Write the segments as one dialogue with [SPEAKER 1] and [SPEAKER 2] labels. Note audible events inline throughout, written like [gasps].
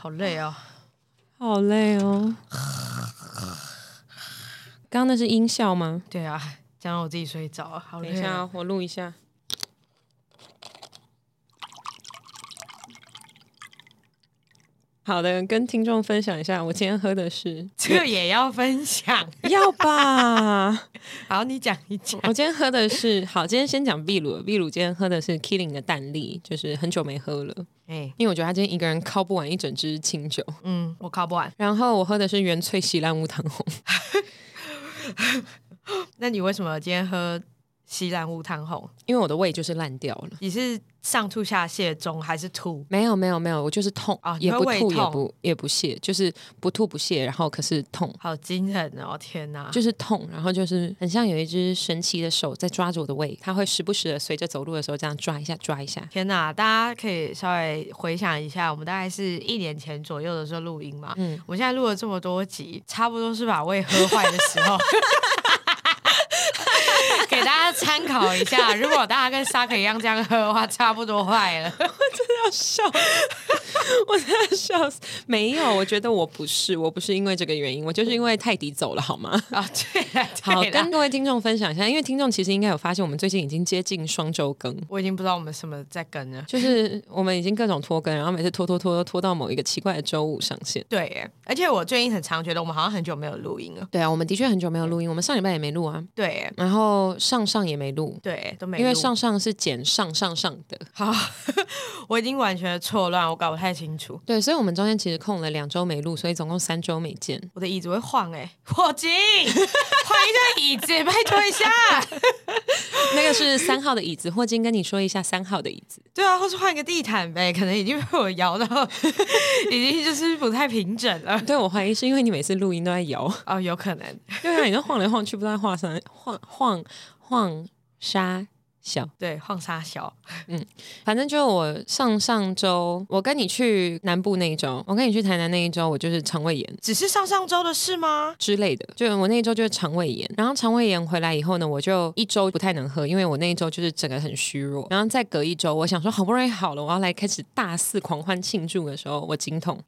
[SPEAKER 1] 好累啊！
[SPEAKER 2] 好累哦。刚刚那是音效吗？
[SPEAKER 1] 对啊，讲让我自己睡着，好
[SPEAKER 2] 等
[SPEAKER 1] 累、
[SPEAKER 2] 一下
[SPEAKER 1] 啊。
[SPEAKER 2] 哦，我录一下。好的，跟听众分享一下，我今天喝
[SPEAKER 1] [laughs]
[SPEAKER 2] 的是
[SPEAKER 1] 这个也要分享。
[SPEAKER 2] 要吧？
[SPEAKER 1] 好，你讲一
[SPEAKER 2] [laughs]
[SPEAKER 1] 讲。
[SPEAKER 2] 我今天喝的是好，今天先讲秘鲁，秘鲁今天喝的是 Killing 的淡丽，就是很久没喝了，
[SPEAKER 1] 哎、
[SPEAKER 2] 因为我觉得他今天一个人靠不完一整支清酒。
[SPEAKER 1] 嗯，我靠不完。
[SPEAKER 2] 然后我喝的是原萃喜兰无糖红，
[SPEAKER 1] 那你为什么今天喝西兰乌汤红？
[SPEAKER 2] 因为我的胃就是烂掉了。
[SPEAKER 1] 你是上吐下泻中还是吐？
[SPEAKER 2] 没有没有没有，我就是痛
[SPEAKER 1] 啊
[SPEAKER 2] 也
[SPEAKER 1] 你会
[SPEAKER 2] 不
[SPEAKER 1] 胃
[SPEAKER 2] 吐也
[SPEAKER 1] 痛
[SPEAKER 2] 不也不泻，就是不吐不泻，然后可是痛，
[SPEAKER 1] 好惊人哦！天哪，
[SPEAKER 2] 就是痛，然后就是很像有一只神奇的手在抓住我的胃，它会时不时的随着走路的时候这样抓一下抓一下。
[SPEAKER 1] 天哪！大家可以稍微回想一下，我们大概是一年前左右的时候录音嘛。嗯，我们现在录了这么多集，差不多是把胃喝坏的时候。 [laughs] 给大家参考一下，如果大家跟沙克一样这样喝的话，差不多坏了。
[SPEAKER 2] 哦要笑， [laughs] 我真的要笑死！没有，我觉得我不是，我不是因为这个原因，我就是因为泰迪走了，好 [laughs] 吗？
[SPEAKER 1] 啊， [laughs] 对了
[SPEAKER 2] 好，
[SPEAKER 1] 对了
[SPEAKER 2] 跟各位听众分享一下，因为听众其实应该有发现，我们最近已经接近双周更，
[SPEAKER 1] 我已经不知道我们什么在跟了。
[SPEAKER 2] 就是我们已经各种拖更，然后每次拖拖拖拖到某一个奇怪的周五上线。
[SPEAKER 1] 对耶，而且我最近很常觉得我们好像很久没有录音了。
[SPEAKER 2] 对啊，我们的确很久没有录音，我们上礼拜也没录啊，
[SPEAKER 1] 对耶，
[SPEAKER 2] 然后上上也没录，
[SPEAKER 1] 对耶，都没录
[SPEAKER 2] 因为上上是剪上上上的，
[SPEAKER 1] 好， [laughs] 我已经完全错乱，我搞不太清楚，
[SPEAKER 2] 对，所以我们中间其实空了两周没录，所以总共三周没见。
[SPEAKER 1] 我的椅子会晃 [laughs] 哎，霍金，换一下椅子，拜托
[SPEAKER 2] [laughs]
[SPEAKER 1] 一下。
[SPEAKER 2] 那个是三号的椅子，霍金跟你说一下三号的椅子。
[SPEAKER 1] 对啊，或是换个地毯呗，可能已经被我摇到，已经就是不太平整
[SPEAKER 2] [laughs]
[SPEAKER 1] 了。
[SPEAKER 2] 对我怀疑是因为你每次录音都在摇， [laughs]
[SPEAKER 1] 哦，有可能，
[SPEAKER 2] 对啊，你都晃来晃去，不知道在晃啥，晃晃晃沙小。
[SPEAKER 1] 对，晃沙小，
[SPEAKER 2] 反正就我上上周，我跟你去南部那一周，我跟你去台南那一周，我就是肠胃炎。
[SPEAKER 1] 只是上上周的事吗？
[SPEAKER 2] 之类的，就我那一周就是肠胃炎，然后肠胃炎回来以后呢，我就一周不太能喝，因为我那一周就是整个很虚弱。然后再隔一周，我想说好不容易好了，我要来开始大肆狂欢庆祝的时候，我经痛，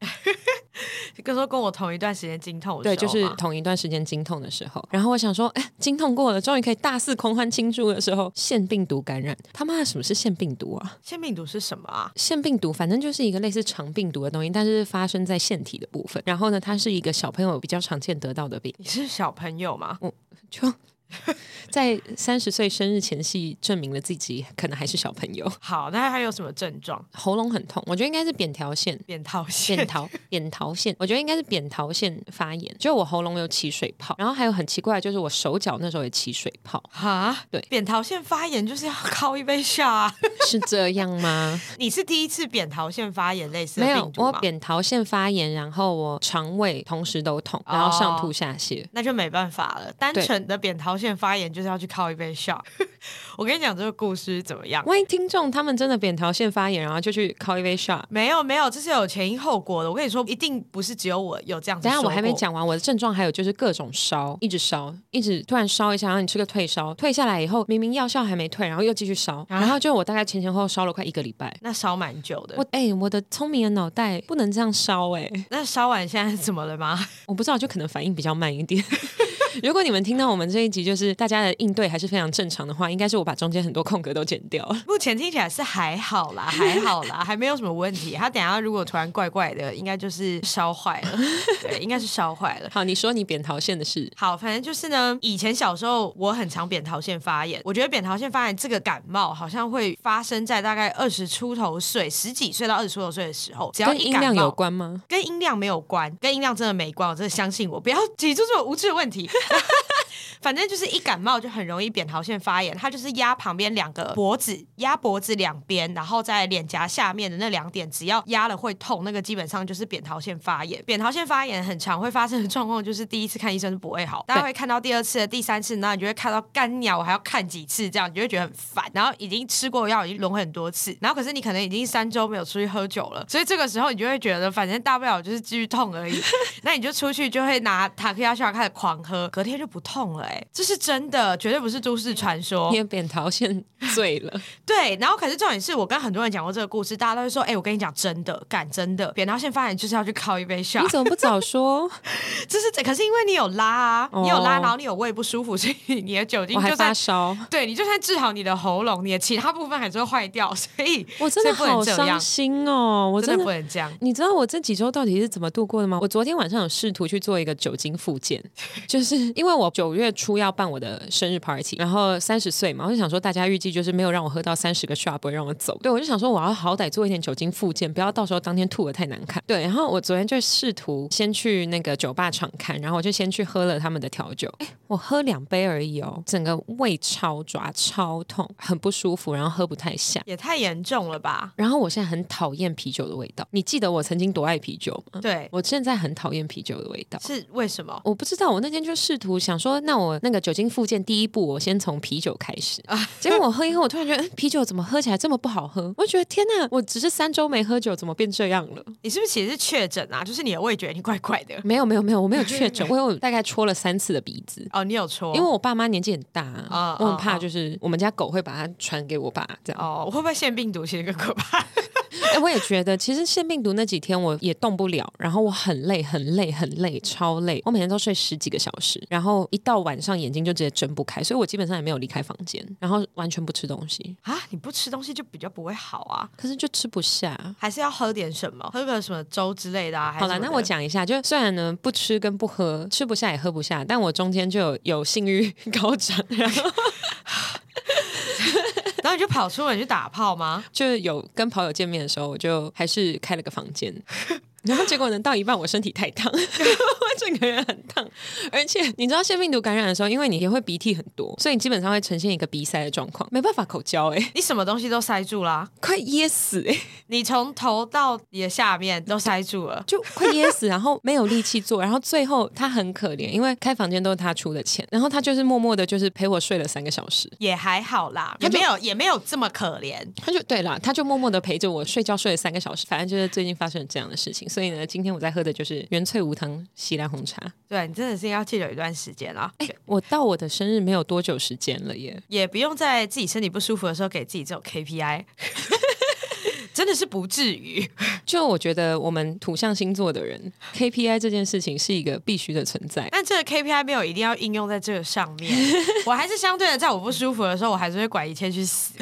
[SPEAKER 1] 跟说跟我同一段时间经痛的
[SPEAKER 2] 对，
[SPEAKER 1] 时候
[SPEAKER 2] 就
[SPEAKER 1] 吗，
[SPEAKER 2] 是同一段时间经痛的时候。然后我想说，哎，经痛过了，终于可以大肆狂欢庆祝的时候，腺病毒感染，他妈的什么是腺病毒啊？
[SPEAKER 1] 腺病毒是什么啊？
[SPEAKER 2] 腺病毒反正就是一个类似肠病毒的东西，但是发生在腺体的部分。然后呢，它是一个小朋友比较常见得到的病。
[SPEAKER 1] 你是小朋友吗？
[SPEAKER 2] 就 [laughs] 在三十岁生日前夕证明了自己可能还是小朋友，
[SPEAKER 1] 好，那还有什么症状？
[SPEAKER 2] 喉咙很痛，我觉得应该是扁桃腺。
[SPEAKER 1] 扁桃
[SPEAKER 2] 扁
[SPEAKER 1] 腺，，
[SPEAKER 2] 桃扁桃腺，我觉得应该是扁桃腺发炎，就我喉咙有起水泡，然后还有很奇怪，就是我手脚那时候也起水泡
[SPEAKER 1] [laughs] 哈，
[SPEAKER 2] 对
[SPEAKER 1] 扁桃腺发炎就是要 [laughs] 靠一杯下、啊。
[SPEAKER 2] [laughs] 是这样吗？
[SPEAKER 1] 你是第一次扁桃腺发炎类似的
[SPEAKER 2] 没有
[SPEAKER 1] 病，毒
[SPEAKER 2] 我
[SPEAKER 1] 吗？
[SPEAKER 2] 扁桃腺发炎，然后我肠胃同时都痛，然后上吐下泻。
[SPEAKER 1] 那就没办法了，单纯的扁桃腺发炎就是要去靠一杯 shot。我 [laughs] 跟你讲这个故事怎么样？
[SPEAKER 2] 万一听众他们真的扁桃腺发炎，然后就去 call 一杯 shot。
[SPEAKER 1] 没有没有，这是有前因后果的。我跟你说，一定不是只有我有这样子。
[SPEAKER 2] 等一下我还没，讲完，我的症状还有就是各种烧，一直烧，一直突然烧一下，然后你吃个退烧，退下来以后明明药效还没退，然后又继续烧，
[SPEAKER 1] 啊
[SPEAKER 2] 然后就我大概前前后后烧了快一个礼拜。
[SPEAKER 1] 那烧蛮久的。
[SPEAKER 2] 我哎、我的聪明的脑袋不能这样烧哎、
[SPEAKER 1] 那烧完现在怎么了吗？ [laughs]
[SPEAKER 2] 我不知道，就可能反应比较慢一点。如果你们听到我们这一集，就是大家的应对还是非常正常的话，应该是我把中间很多空格都剪掉
[SPEAKER 1] [laughs]
[SPEAKER 2] 了。
[SPEAKER 1] 目前听起来是还好啦，还好啦，还没有什么问题。他等一下如果突然怪怪的，应该就是烧坏了，对，应该是烧坏了。
[SPEAKER 2] 好，你说你扁桃腺的事，
[SPEAKER 1] 好，反正就是呢，以前小时候我很常扁桃腺发炎，我觉得扁桃腺发炎这个感冒好像会发生在大概二十出头岁、十几岁到二十出头岁的时候，只要
[SPEAKER 2] 跟
[SPEAKER 1] 一
[SPEAKER 2] 音
[SPEAKER 1] 感
[SPEAKER 2] 量
[SPEAKER 1] 冒
[SPEAKER 2] 有。关吗？
[SPEAKER 1] 跟音量没有关，跟音量真的没关，我真的相信我，不要提出这种无知的问题。 [laughs] 反正就是一感冒就很容易扁桃腺发炎，它就是压旁边两个脖子，压脖子两边，然后在脸颊下面的那两点，只要压了会痛，那个基本上就是扁桃腺发炎。扁桃腺发炎很常会发生的状况就是第一次看医生是不会好，大家会看到第二次、第三次，那你就会看到干鸟，我还要看几次，这样你就会觉得很烦。然后已经吃过药，已经轮回很多次，然后可是你可能已经三周没有出去喝酒了，所以这个时候你就会觉得反正大不了就是继续痛 [laughs] 而已，那你就出去就会拿塔克亚秀开始狂喝，隔天就不痛了、欸，哎，这是真的，绝对不是都市传说 [laughs]
[SPEAKER 2] 你。的扁桃腺醉了，
[SPEAKER 1] 对，然后哦 [laughs] 可是重点是我跟很多人讲过这个故事，大家都会说，哎、我跟你讲真的，敢真的，扁桃腺发炎就是要去靠一杯 shot
[SPEAKER 2] 你。怎么不早
[SPEAKER 1] [laughs]
[SPEAKER 2] 说？
[SPEAKER 1] 就是 [laughs] 这，可是因为你有拉啊，你有拉，
[SPEAKER 2] 哦
[SPEAKER 1] 然后你有胃不舒服，所以你的酒精
[SPEAKER 2] 我还
[SPEAKER 1] 就
[SPEAKER 2] 发
[SPEAKER 1] 算
[SPEAKER 2] 烧，
[SPEAKER 1] 对你就算治好你的喉咙，你的其他部分还是会坏掉， [laughs] 所以
[SPEAKER 2] 我真的
[SPEAKER 1] 所以不
[SPEAKER 2] 好
[SPEAKER 1] 能这
[SPEAKER 2] 伤
[SPEAKER 1] 样，
[SPEAKER 2] 心哦！我
[SPEAKER 1] 真
[SPEAKER 2] 真
[SPEAKER 1] 的不
[SPEAKER 2] 的。
[SPEAKER 1] 能这样。
[SPEAKER 2] 你知道我这几周到底是怎么度过的吗？我昨天晚上有试图去做一个酒精复健， [laughs] 就是因为我九月初要办我的生日 party，然后三十岁嘛，我就想说大家预计就是没有让我喝到三十个 shot 不会让我走，对我就想说我要好歹做一点酒精复健，不要到时候当天吐的太难看。对，然后我昨天就试图先去那个酒吧场看，然后我就先去喝了他们的调酒，哎，我喝两杯而已哦，整个胃超抓超痛，很不舒服，然后喝不太下。
[SPEAKER 1] 也太严重了吧？
[SPEAKER 2] 然后我现在很讨厌啤酒的味道。你记得我曾经多爱啤酒吗？
[SPEAKER 1] 对，
[SPEAKER 2] 我现在很讨厌啤酒的味道。
[SPEAKER 1] 是为什么？
[SPEAKER 2] 我不知道，我那天就试图想说，那我那个酒精附件第一步，我先从啤酒开始。
[SPEAKER 1] 啊
[SPEAKER 2] 结果我喝一喝，我突然觉得，嗯，啤酒怎么喝起来这么不好喝？我就觉得天哪，我只是三周没喝酒，怎么变这样了？
[SPEAKER 1] 你是不是其实是确诊啊？就是你的味觉你怪怪的
[SPEAKER 2] 没有，没有，没有，我没有确
[SPEAKER 1] [laughs]
[SPEAKER 2] 诊，我有大概戳了三次的鼻子。
[SPEAKER 1] 哦，你有戳？
[SPEAKER 2] 因为我爸妈年纪很大，
[SPEAKER 1] 啊
[SPEAKER 2] 我
[SPEAKER 1] 啊
[SPEAKER 2] 很怕
[SPEAKER 1] 啊
[SPEAKER 2] 就是我们家狗会把它传给我爸，这样。
[SPEAKER 1] 哦，会不会腺病毒其实更可怕？
[SPEAKER 2] 哎、我也觉得，其实腺病毒那几天我也动不了，然后我很累，很累，很累，超累。我每天都睡十几个小时，然后一到晚上眼睛就直接睁不开，所以我基本上也没有离开房间，然后完全不吃东西，
[SPEAKER 1] [laughs] 啊，你不吃东西就比较不会好啊，
[SPEAKER 2] 可是就吃不下。
[SPEAKER 1] 还是要喝点什么，喝个什么粥之类的啊？还是
[SPEAKER 2] 好了，
[SPEAKER 1] 什么
[SPEAKER 2] 那
[SPEAKER 1] 的
[SPEAKER 2] 我讲一下，就虽然呢不吃跟不喝，吃不下也喝不下，但我中间就有有性欲 [laughs] 高涨，然后
[SPEAKER 1] 然后你就跑出门去打炮吗？
[SPEAKER 2] 就有跟跑友见面的时候，我就还是开了个房间。 [laughs] 然后结果呢，到一半我身体太烫， [laughs] 我整个人很烫，而且你知道腺病毒感染的时候，因为你也会鼻涕很多，所以你基本上会呈现一个鼻塞的状况，没办法口交、欸， [laughs] 哎，
[SPEAKER 1] 你什么东西都塞住啦、
[SPEAKER 2] 快噎死、欸， [laughs]
[SPEAKER 1] 你从头到你的下面都塞住了。
[SPEAKER 2] 就快噎死，然后没有力气做，然后最后他很可怜，因为开房间都是他出的钱，然后他就是默默的，就是陪我睡了三个小时。
[SPEAKER 1] 也还好啦，也
[SPEAKER 2] 他就
[SPEAKER 1] 没有也没有这么可怜。
[SPEAKER 2] 他就对啦，他就默默的陪着我睡觉，睡了三个小时。反正就是最近发生了这样的事情，所以呢，今天我在喝的就是原萃无糖西兰红茶。
[SPEAKER 1] 对你真的是要戒酒一段时间啦，
[SPEAKER 2] 我到我的生日没有多久时间了耶，
[SPEAKER 1] 也不用在自己身体不舒服的时候给自己这种 [laughs] KPI，真的是不至于。
[SPEAKER 2] 就我觉得我们土象星座的人 KPI 这件事情是一个必须的存在。
[SPEAKER 1] 但这个 KPI 没有一定要应用在这个上 [laughs] 面，我还是相对的，在我不舒服的时候，我还是会管一切去 [laughs] 死。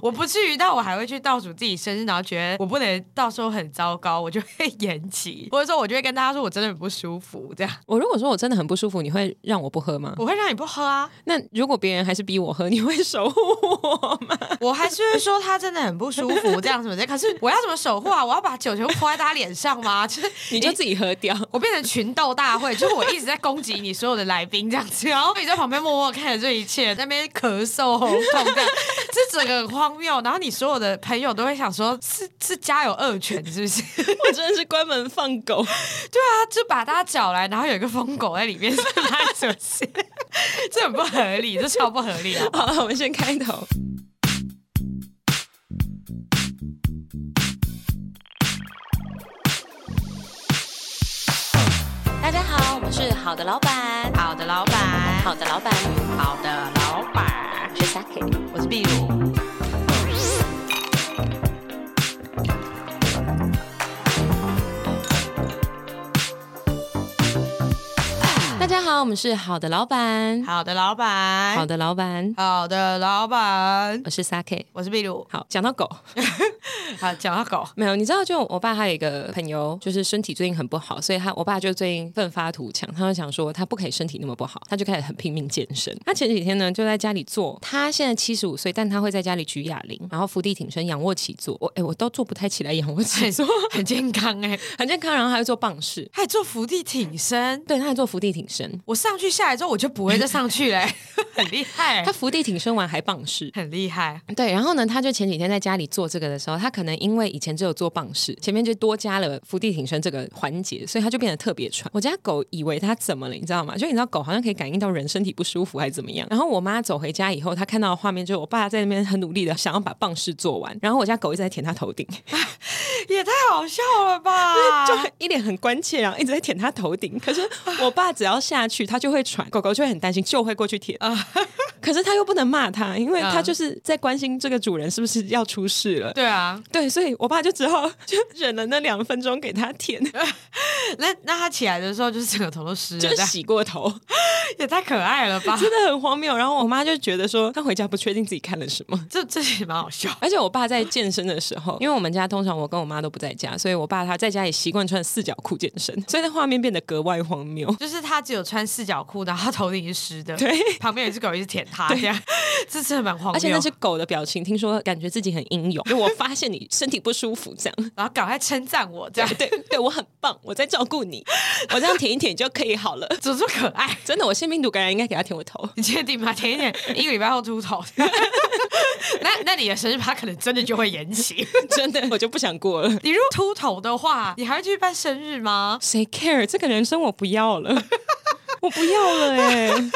[SPEAKER 1] 我不至于到我还会去倒数自己生日，然后觉得我不能到时候很糟糕，我就会延期，或者说我就会跟大家说我真的很不舒服，这样
[SPEAKER 2] 我如果说我真的很不舒服，你会让我不喝吗？
[SPEAKER 1] 我会让你不喝啊。
[SPEAKER 2] 那如果别人还是逼我喝，你会守护我吗？
[SPEAKER 1] 我还是会说他真的很不舒服，这样什么的。可是我要怎么守护啊？我要把酒全部泼在他脸上吗？ [laughs] 就是
[SPEAKER 2] 你就自己喝掉。
[SPEAKER 1] 我变成群斗大会，就是我一直在攻击你所有的来宾这样子， [laughs] 然后你在旁边默默看着这一切，在那边咳嗽、喉痛这样，这整个很荒谬。然后你所有的朋友都会想说，是是家有恶犬是不是？
[SPEAKER 2] [laughs] 我真的是关门放狗。
[SPEAKER 1] 对啊，就把大家找来，然后有一个疯狗在里面，是发生什么事？这很不合理，这超不合理啊！
[SPEAKER 2] 好了，我们先开头。大家好，我们是好的老板，
[SPEAKER 1] 好的，老板，
[SPEAKER 2] 好的老板，
[SPEAKER 1] 好的，老板，
[SPEAKER 2] 我是 Saki。
[SPEAKER 1] 我是壁如。
[SPEAKER 2] 大家好，我们是好的老板，
[SPEAKER 1] 好的，老板。
[SPEAKER 2] 好的老板，
[SPEAKER 1] 好的，老板，
[SPEAKER 2] 我是 Saki。
[SPEAKER 1] 我是壁炉。 [laughs]
[SPEAKER 2] 好，讲到狗，
[SPEAKER 1] 好，讲到狗，
[SPEAKER 2] 没有，你知道，就我爸他有一个朋友，就是身体最近很不好，所以他我爸就最近奋发图强，他就想说他不可以身体那么不好，他就开始很拼命健身。他前几天呢就在家里做，他现在七十五岁，但他会在家里举哑铃，然后伏地挺身、仰卧起坐。我哎、我都做不太起来仰卧起坐，
[SPEAKER 1] 很健康哎、
[SPEAKER 2] 很健康。然后还会做棒式，
[SPEAKER 1] 还做伏地挺身，
[SPEAKER 2] 对，他还做伏地挺身。 。
[SPEAKER 1] 我上去下来之后，我就不会再上去嘞、 [laughs] 很厉害
[SPEAKER 2] 他，伏地挺身完还棒式，
[SPEAKER 1] 很厉害。
[SPEAKER 2] 对，然后呢，他就前几天在家里做这个的时候，他可能因为以前只有做棒式，前面就多加了伏地挺身这个环节，所以他就变得特别喘。我家狗以为他怎么了，你知道吗？就你知道狗好像可以感应到人身体不舒服还是怎么样。然后我妈走回家以后，她看到的画面就是我爸在那边很努力的想要把棒式做完，然后我家狗一直在舔他头顶，
[SPEAKER 1] 也太好笑了 [laughs] 吧！
[SPEAKER 2] [laughs] 就很一脸很关切，然后一直在舔他头顶。可是我爸只要下去，他就会喘，狗狗就会很担心，就会过去舔。 [laughs] 可是他又不能骂他，因为他
[SPEAKER 1] 嗯
[SPEAKER 2] 就是在关心这个主人是不是要出事了。
[SPEAKER 1] 对啊，
[SPEAKER 2] 对，所以我爸就只好 [laughs] 就忍了那两分钟给他舔，
[SPEAKER 1] 那那他起来的时候就是整个头都湿
[SPEAKER 2] 就
[SPEAKER 1] 了，
[SPEAKER 2] 是
[SPEAKER 1] 这样
[SPEAKER 2] 洗过头，
[SPEAKER 1] 也太可爱了吧！
[SPEAKER 2] [laughs] 真的很荒谬。然后我妈就觉得说，她回家不确定自己看了什么。
[SPEAKER 1] 这这也蛮好笑。
[SPEAKER 2] 而且我爸在健身的时候，因为我们家通常我跟我妈都不在家，所以我爸他在家里习惯穿四角裤健身，所以那画面变得格外荒谬。
[SPEAKER 1] 就是他只有穿四角裤，然后他头顶是湿的，
[SPEAKER 2] 对，
[SPEAKER 1] 旁边有一只狗一直舔他，这样这真的蛮荒谬。
[SPEAKER 2] [laughs] 而且那只狗的表情，听说感觉自己很英勇，就我发现你身体不舒服这样。 [laughs]
[SPEAKER 1] 然后赶快称赞我这
[SPEAKER 2] 对
[SPEAKER 1] 样，
[SPEAKER 2] 对对，我很棒，我在照顾你，我这样舔一舔就可以好了。 [laughs]
[SPEAKER 1] 怎么这么可爱？
[SPEAKER 2] 真的，我腺病毒感染应该给他舔我头。 [laughs]
[SPEAKER 1] 你确定吗？舔一舔，一个礼拜后秃头。 [laughs] 那那你的生日趴可能真的就会延期。
[SPEAKER 2] 真的，我就不想过了。
[SPEAKER 1] [laughs] 你如果秃头的话，你还会去办生日吗？
[SPEAKER 2] 谁 care 这个人生我不要了， [laughs] 我不要了哎、欸。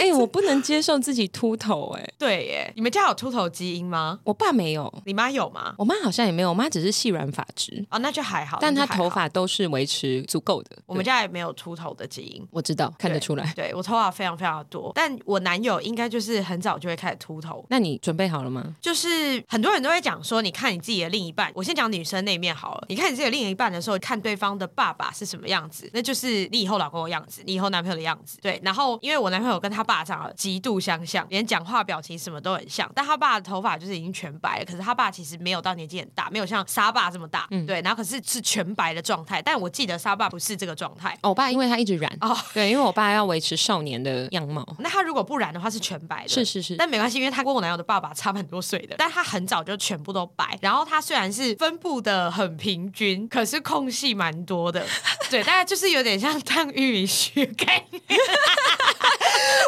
[SPEAKER 2] 哎、我不能接受自己秃头哎、
[SPEAKER 1] 对耶，你们家有秃头基因吗？
[SPEAKER 2] 我爸没有，
[SPEAKER 1] 你妈有吗？
[SPEAKER 2] 我妈好像也没有，我妈只是细软发质，
[SPEAKER 1] 哦，那就还好。
[SPEAKER 2] 但
[SPEAKER 1] 那
[SPEAKER 2] 她
[SPEAKER 1] 就还好
[SPEAKER 2] 头，发都是维持足够的。
[SPEAKER 1] 我们
[SPEAKER 2] 对
[SPEAKER 1] 家也没有秃头的基因。
[SPEAKER 2] 我知道，看得
[SPEAKER 1] 对
[SPEAKER 2] 出来。
[SPEAKER 1] 对我头发非常非常多，但我男友应该就是很早就会开始秃头，
[SPEAKER 2] 那你准备好了吗？
[SPEAKER 1] 就是很多人都会讲说，你看你自己的另一半，我先讲女生那一面好了。你看你自己的另一半的时候，看对方的爸爸是什么样子，那就是你以后老公的样子，你以后男朋友的样子。对，然后因为我男朋友跟他爸长得极度相像，连讲话、表情什么都很像，但他爸的头发就是已经全白了，可是他爸其实没有到年纪很大，没有像沙爸这么大，对，然后可是是全白的状态。但我记得沙爸不是这个状态。
[SPEAKER 2] 哦，我爸因为他一直染，
[SPEAKER 1] 哦
[SPEAKER 2] 对，因为我爸要维持少年的样貌。
[SPEAKER 1] 那他如果不染的话是全白的，
[SPEAKER 2] 是是是
[SPEAKER 1] 但没关系，因为他跟我男友的爸爸差蛮多岁的，但他很早就全部都白。然后他虽然是分布的很平均，可是空隙蛮多的，对，大概就是有点像烫玉米须的概念。 [laughs]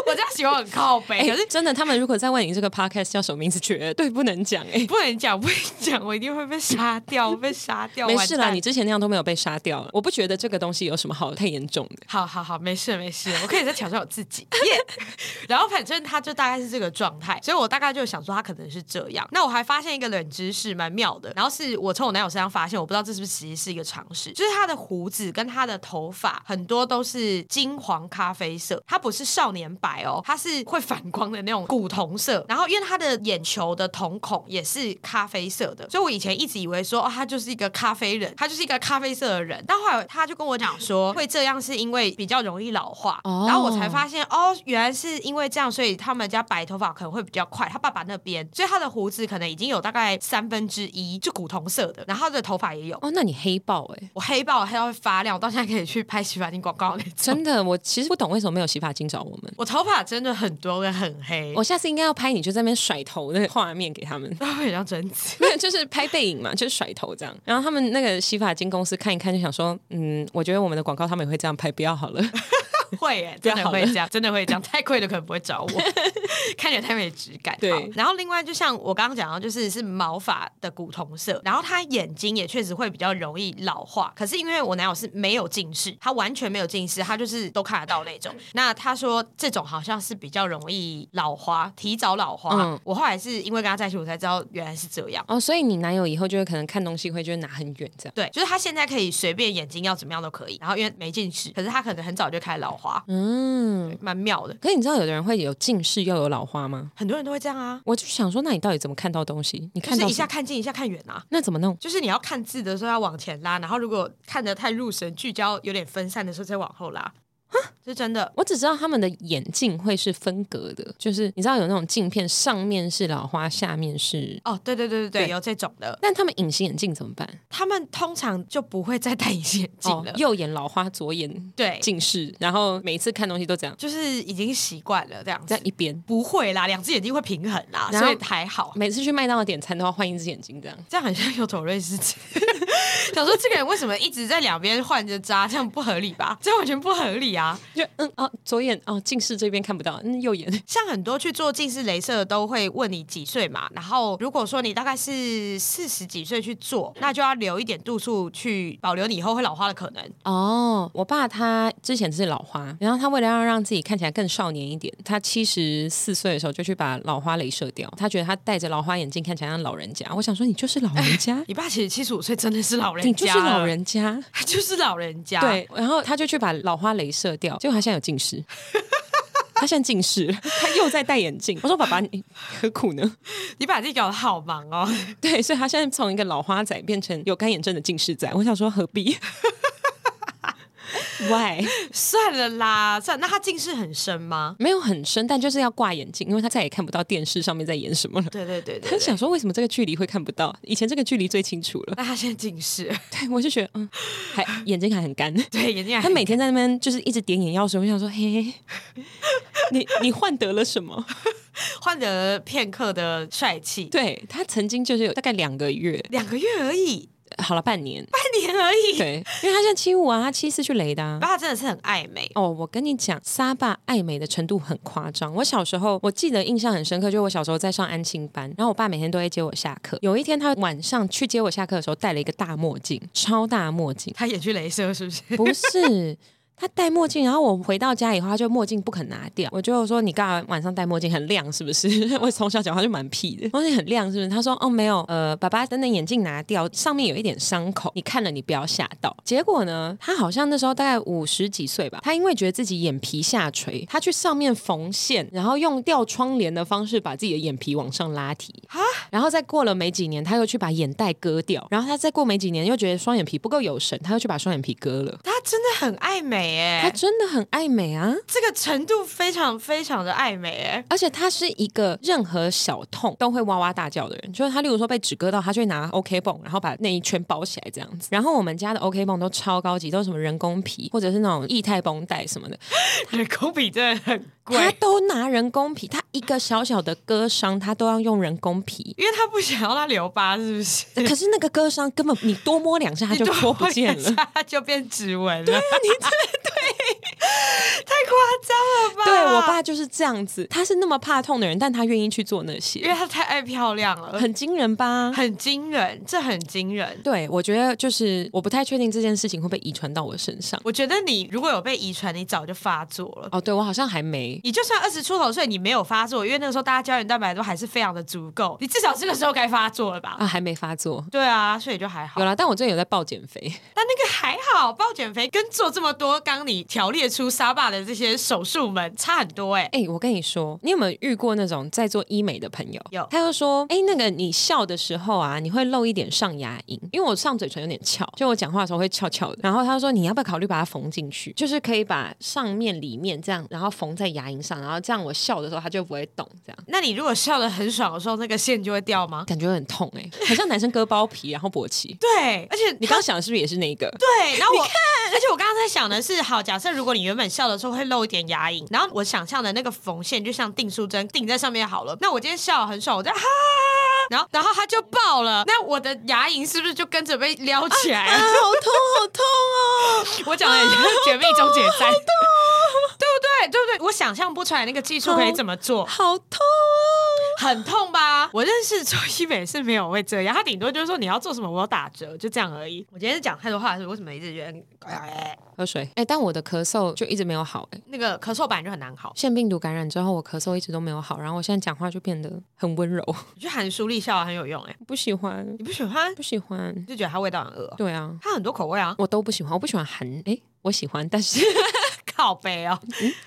[SPEAKER 1] 我这样喜欢很靠北，
[SPEAKER 2] 哎、
[SPEAKER 1] 可是
[SPEAKER 2] 真的，他们如果再问你这个 podcast 叫什么名字，绝对不能讲哎、
[SPEAKER 1] 不能讲，不能讲，我一定会被杀掉，被杀掉。
[SPEAKER 2] 没事
[SPEAKER 1] 完
[SPEAKER 2] 啦，
[SPEAKER 1] 蛋
[SPEAKER 2] 你之前那样都没有被杀掉了，我不觉得这个东西有什么好太严重的。
[SPEAKER 1] 好好好，没事没事，我可以再挑战我自己。耶、 [laughs] 然后反正他就大概是这个状态，所以我大概就想说他可能是这样。那我还发现一个冷知识，蛮妙的。然后是我从我男友身上发现，我不知道这是不是其实是一个常识，就是他的胡子跟他的头发很多都是金黄咖啡色，它不是少年白哦，它是会反光的那种古铜色。然后因为他的眼球的瞳孔也是咖啡色的，所以我以前一直以为说哦，他就是一个咖啡人，他就是一个咖啡色的人。但后来他就跟我讲说，会这样是因为比较容易老化，
[SPEAKER 2] 哦
[SPEAKER 1] 然后我才发。发现哦，原来是因为这样，所以他们家白头发可能会比较快。他爸爸那边，所以他的胡子可能已经有大概三分之一就古铜色的，然后他的头发也有。
[SPEAKER 2] 哦，那你黑爆哎、
[SPEAKER 1] 我黑爆，黑到会发亮，我到现在可以去拍洗发精广告那种。
[SPEAKER 2] 真的，我其实不懂为什么没有洗发精找我们。
[SPEAKER 1] 我头发真的很多跟很黑，，
[SPEAKER 2] 我下次应该要拍你就在那边甩头的画面给他们 [laughs]
[SPEAKER 1] 都很像贞子。
[SPEAKER 2] 没有，就是拍背影嘛，就是甩头这样。然后他们那个洗发精公司看一看，就想说，嗯，我觉得我们的广告他们也会这样拍，不要好了。 [laughs]
[SPEAKER 1] 会耶，真的
[SPEAKER 2] 好了
[SPEAKER 1] 会这样，真的
[SPEAKER 2] [laughs]
[SPEAKER 1] 会这样。太贵的可能不会找我，看起来太没质感。
[SPEAKER 2] 对
[SPEAKER 1] 好然后另外就像我刚刚讲到，就是是毛发的古铜色，然后他眼睛也确实会比较容易老化。可是因为我男友是没有近视，他完全没有近视，他就是都看得到那种。那他说这种好像是比较容易老花，提早老花。
[SPEAKER 2] 嗯
[SPEAKER 1] 我后来是因为跟他在一起，我才知道原来是这样。
[SPEAKER 2] 哦，所以你男友以后就会可能看东西会就会拿很远这样。
[SPEAKER 1] 对，就是他现在可以随便眼睛要怎么样都可以，然后因为没近视，可是他可能很早就开始老花，
[SPEAKER 2] 嗯，
[SPEAKER 1] 蛮妙的。
[SPEAKER 2] 可是你知道有的人会有近视又有老花吗？
[SPEAKER 1] 很多人都会这样啊，
[SPEAKER 2] 我就想说，那你到底怎么看到东西？你
[SPEAKER 1] 就
[SPEAKER 2] 看
[SPEAKER 1] 是
[SPEAKER 2] 到
[SPEAKER 1] 一下
[SPEAKER 2] 什么
[SPEAKER 1] 看近一下看远啊。
[SPEAKER 2] 那怎么弄？
[SPEAKER 1] 就是你要看字的时候要往前拉，然后如果看得太入神、聚焦、有点分散的时候再往后拉。是真的，
[SPEAKER 2] 我只知道他们的眼镜会是分隔的，就是你知道有那种镜片上面是老花，下面是。
[SPEAKER 1] 哦，对对对对
[SPEAKER 2] 对
[SPEAKER 1] 对，有这种的，
[SPEAKER 2] 但他们隐形眼镜怎么办？
[SPEAKER 1] 他们通常就不会再戴隐形眼镜
[SPEAKER 2] 哦
[SPEAKER 1] 了，，
[SPEAKER 2] 右眼老花，左眼
[SPEAKER 1] 对，
[SPEAKER 2] 近视，然后每次看东西都这样，
[SPEAKER 1] 就是已经习惯了这样
[SPEAKER 2] 在
[SPEAKER 1] 子，
[SPEAKER 2] 一边。
[SPEAKER 1] 不会啦，两只眼睛会平衡啦，
[SPEAKER 2] 然后
[SPEAKER 1] 所以还好，
[SPEAKER 2] 每次去麦当劳点餐都要换一只眼睛，这样
[SPEAKER 1] 这样很像有头瑞士， [laughs] 想说这个人为什么一直在两边换着扎，这样不合理吧？这完全不合理啊！
[SPEAKER 2] 就嗯哦，左眼哦，近视这边看不到，嗯，右眼
[SPEAKER 1] 像很多去做近视雷射的都会问你几岁嘛，然后如果说你大概是四十几岁去做，那就要留一点度数去保留你以后会老花的可能。，
[SPEAKER 2] 哦， [laughs] 我爸他之前是老花，然后他为了要让自己看起来更少年一点，他七十四岁的时候就去把老花镭射掉。他觉得他戴着老花眼镜看起来像老人家。我想说，你就是老人家
[SPEAKER 1] [laughs] 你爸其实七十五岁真的是老人家，
[SPEAKER 2] 你就是老，人家。
[SPEAKER 1] 他 [laughs] 就是老人家。
[SPEAKER 2] 对，然后他就去把老花镭射掉，结果他现在有近视。 [laughs] 他现在近视了，他又在戴眼镜。我说：“爸爸，你何苦呢 [laughs]
[SPEAKER 1] 你把自己搞得好忙哦。？” [laughs]
[SPEAKER 2] 对，所以他现在从一个老花仔变成有干眼症的近视仔。我想说，何必？Why？
[SPEAKER 1] 算了啦，算了。那他近视很深吗？
[SPEAKER 2] 没有很深，但就是要挂眼镜，因为他再也看不到电视上面在演什么了。
[SPEAKER 1] 对对对对
[SPEAKER 2] 他
[SPEAKER 1] 对
[SPEAKER 2] 想说，为什么这个距离会看不到？以前这个距离最清楚了。 [laughs]
[SPEAKER 1] 那他现在近视， [laughs]
[SPEAKER 2] 对我就觉得，嗯，还眼睛还很干。
[SPEAKER 1] 对眼睛还
[SPEAKER 2] 他每天在那边就是一直点眼药水，我想说，嘿，嘿 [laughs] 你你换得了什么？
[SPEAKER 1] [laughs] 换得片刻的帅气，
[SPEAKER 2] 对他曾经就是有大概两个月，
[SPEAKER 1] 两个月而已，
[SPEAKER 2] 好了，半年。
[SPEAKER 1] 半年而已。
[SPEAKER 2] 对，因为他现在七五啊，他七四去雷的、啊
[SPEAKER 1] 你。爸真的是很爱美，，
[SPEAKER 2] 哦，我跟你讲，沙爸爱美的程度很夸张。我小时候，我记得印象很深刻，就是我小时候在上安亲班，然后我爸每天都会接我下课。有一天，他晚上去接我下课的时候，戴了一个大墨镜，超大墨镜
[SPEAKER 1] 他也去镭射是不是？
[SPEAKER 2] 不是。他戴墨镜，然后我回到家以后，他就墨镜不肯拿掉。我就说：“你干嘛晚上戴墨镜？很亮是不是？” [laughs] 我从小讲话就蛮屁的，墨镜很亮是不是？他说：“哦，没有，呃，爸爸，等等眼镜拿掉，上面有一点伤口，你看了你不要吓到。”结果呢，他好像那时候大概五十几岁吧，他因为觉得自己眼皮下垂，他去上面缝线，然后用吊窗帘的方式把自己的眼皮往上拉提。然后再过了没几年，他又去把眼袋割掉，然后他再过没几年又觉得双眼皮不够有神，他又去把双眼皮割了。
[SPEAKER 1] 他真的很爱美
[SPEAKER 2] 他
[SPEAKER 1] 哎，
[SPEAKER 2] 真的很爱美啊！
[SPEAKER 1] 这个程度非常非常的爱美哎。
[SPEAKER 2] 而且他是一个任何小痛都会哇哇大叫的人，就是他，例如说被纸割到，他就会拿 OK 绷，然后把那一圈包起来这样子。然后我们家的 OK 绷都超高级，都是什么人工皮或者是那种液态绷带什么的，
[SPEAKER 1] 人工比真的很贵，
[SPEAKER 2] 他都拿人工皮。他一个小小的割伤，他都要用人工 [laughs] 皮。
[SPEAKER 1] 因为他不想要他留疤，是不是？
[SPEAKER 2] 可是那个割伤根本你多摸两下，它就脱不见了。，啊
[SPEAKER 1] 他就变指纹了。对，你这对，太夸张了吧？
[SPEAKER 2] 对我，爸就是这样子，他是那么怕痛的人，但他愿意去做那
[SPEAKER 1] 因
[SPEAKER 2] [laughs]
[SPEAKER 1] 为
[SPEAKER 2] 些，
[SPEAKER 1] 他太爱漂亮了，很
[SPEAKER 2] 很惊人吧？
[SPEAKER 1] 很惊人，这很惊人。
[SPEAKER 2] 对，我觉得就是我不太确定这件事情会被遗传到我身上。
[SPEAKER 1] 我觉得你如果有被遗传，你早就发作了。
[SPEAKER 2] 哦，对我好像还没。
[SPEAKER 1] 你就算二十出头岁，你没有发作，因为那个时候大家胶原蛋白都还是非常的足够，你至少这个时候该发作了吧？
[SPEAKER 2] 啊，还没发作。
[SPEAKER 1] 对啊，所以就还好
[SPEAKER 2] 有。啦，但我最近有在报减肥，
[SPEAKER 1] 但那个还好，报减肥跟做这么多，刚你条列出沙巴的这些手术们差很多哎、
[SPEAKER 2] 哎、我跟你说，你有没有遇过那种在做医美的朋友？
[SPEAKER 1] 有
[SPEAKER 2] 他就说，哎、那个你笑的时候啊，你会露一点上牙龈，因为我上嘴唇有点翘，就我讲话的时候会翘翘的。然后他说，你要不要考虑把它缝进去？就是可以把上面里面这样，然后缝在牙龈上，然后这样我笑的时候它就不会动，这样
[SPEAKER 1] 那你如果笑得很爽的时候，那个线就会掉吗？
[SPEAKER 2] 感觉很痛哎、很像男生割包皮然后勃起。
[SPEAKER 1] 对，而且
[SPEAKER 2] 你刚刚想的是不是也是那一个？
[SPEAKER 1] 对，然后我看，而且我刚刚在想的是，好，假设如果你原本笑的时候会露一点牙龈，然后我想象的那个缝线就像订书针订在上面好了。那我今天笑得很爽，我就哈。然后，然后它就爆了，那我的牙龈是不是就跟着被撩起来了？
[SPEAKER 2] 啊好痛，好痛哦！
[SPEAKER 1] [laughs] 我讲的很像《绝命终结战》对不对？对不对？我想象不出来那个技术可以怎么做，
[SPEAKER 2] 啊好痛哦！
[SPEAKER 1] 很痛吧？我认识做医美是没有会这样，他顶多就是说你要做什么，我有打折，就这样而已。我今天讲太多话，是为什么一直觉得
[SPEAKER 2] 喝水。哎、但我的咳嗽就一直没有好、哎，
[SPEAKER 1] 那个咳嗽本来就很难好？
[SPEAKER 2] 腺病毒感染之后，我咳嗽一直都没有好，然后我现在讲话就变得很温柔，
[SPEAKER 1] 你去含舒立笑啊很有用哎、
[SPEAKER 2] 不喜欢，
[SPEAKER 1] 你不喜欢
[SPEAKER 2] 不喜欢
[SPEAKER 1] 你。就觉得它味道很恶哦，
[SPEAKER 2] 对啊，
[SPEAKER 1] 它很多口味啊，
[SPEAKER 2] 我都不喜欢，我不喜欢韩。哎、我喜欢，但是
[SPEAKER 1] 靠背哦，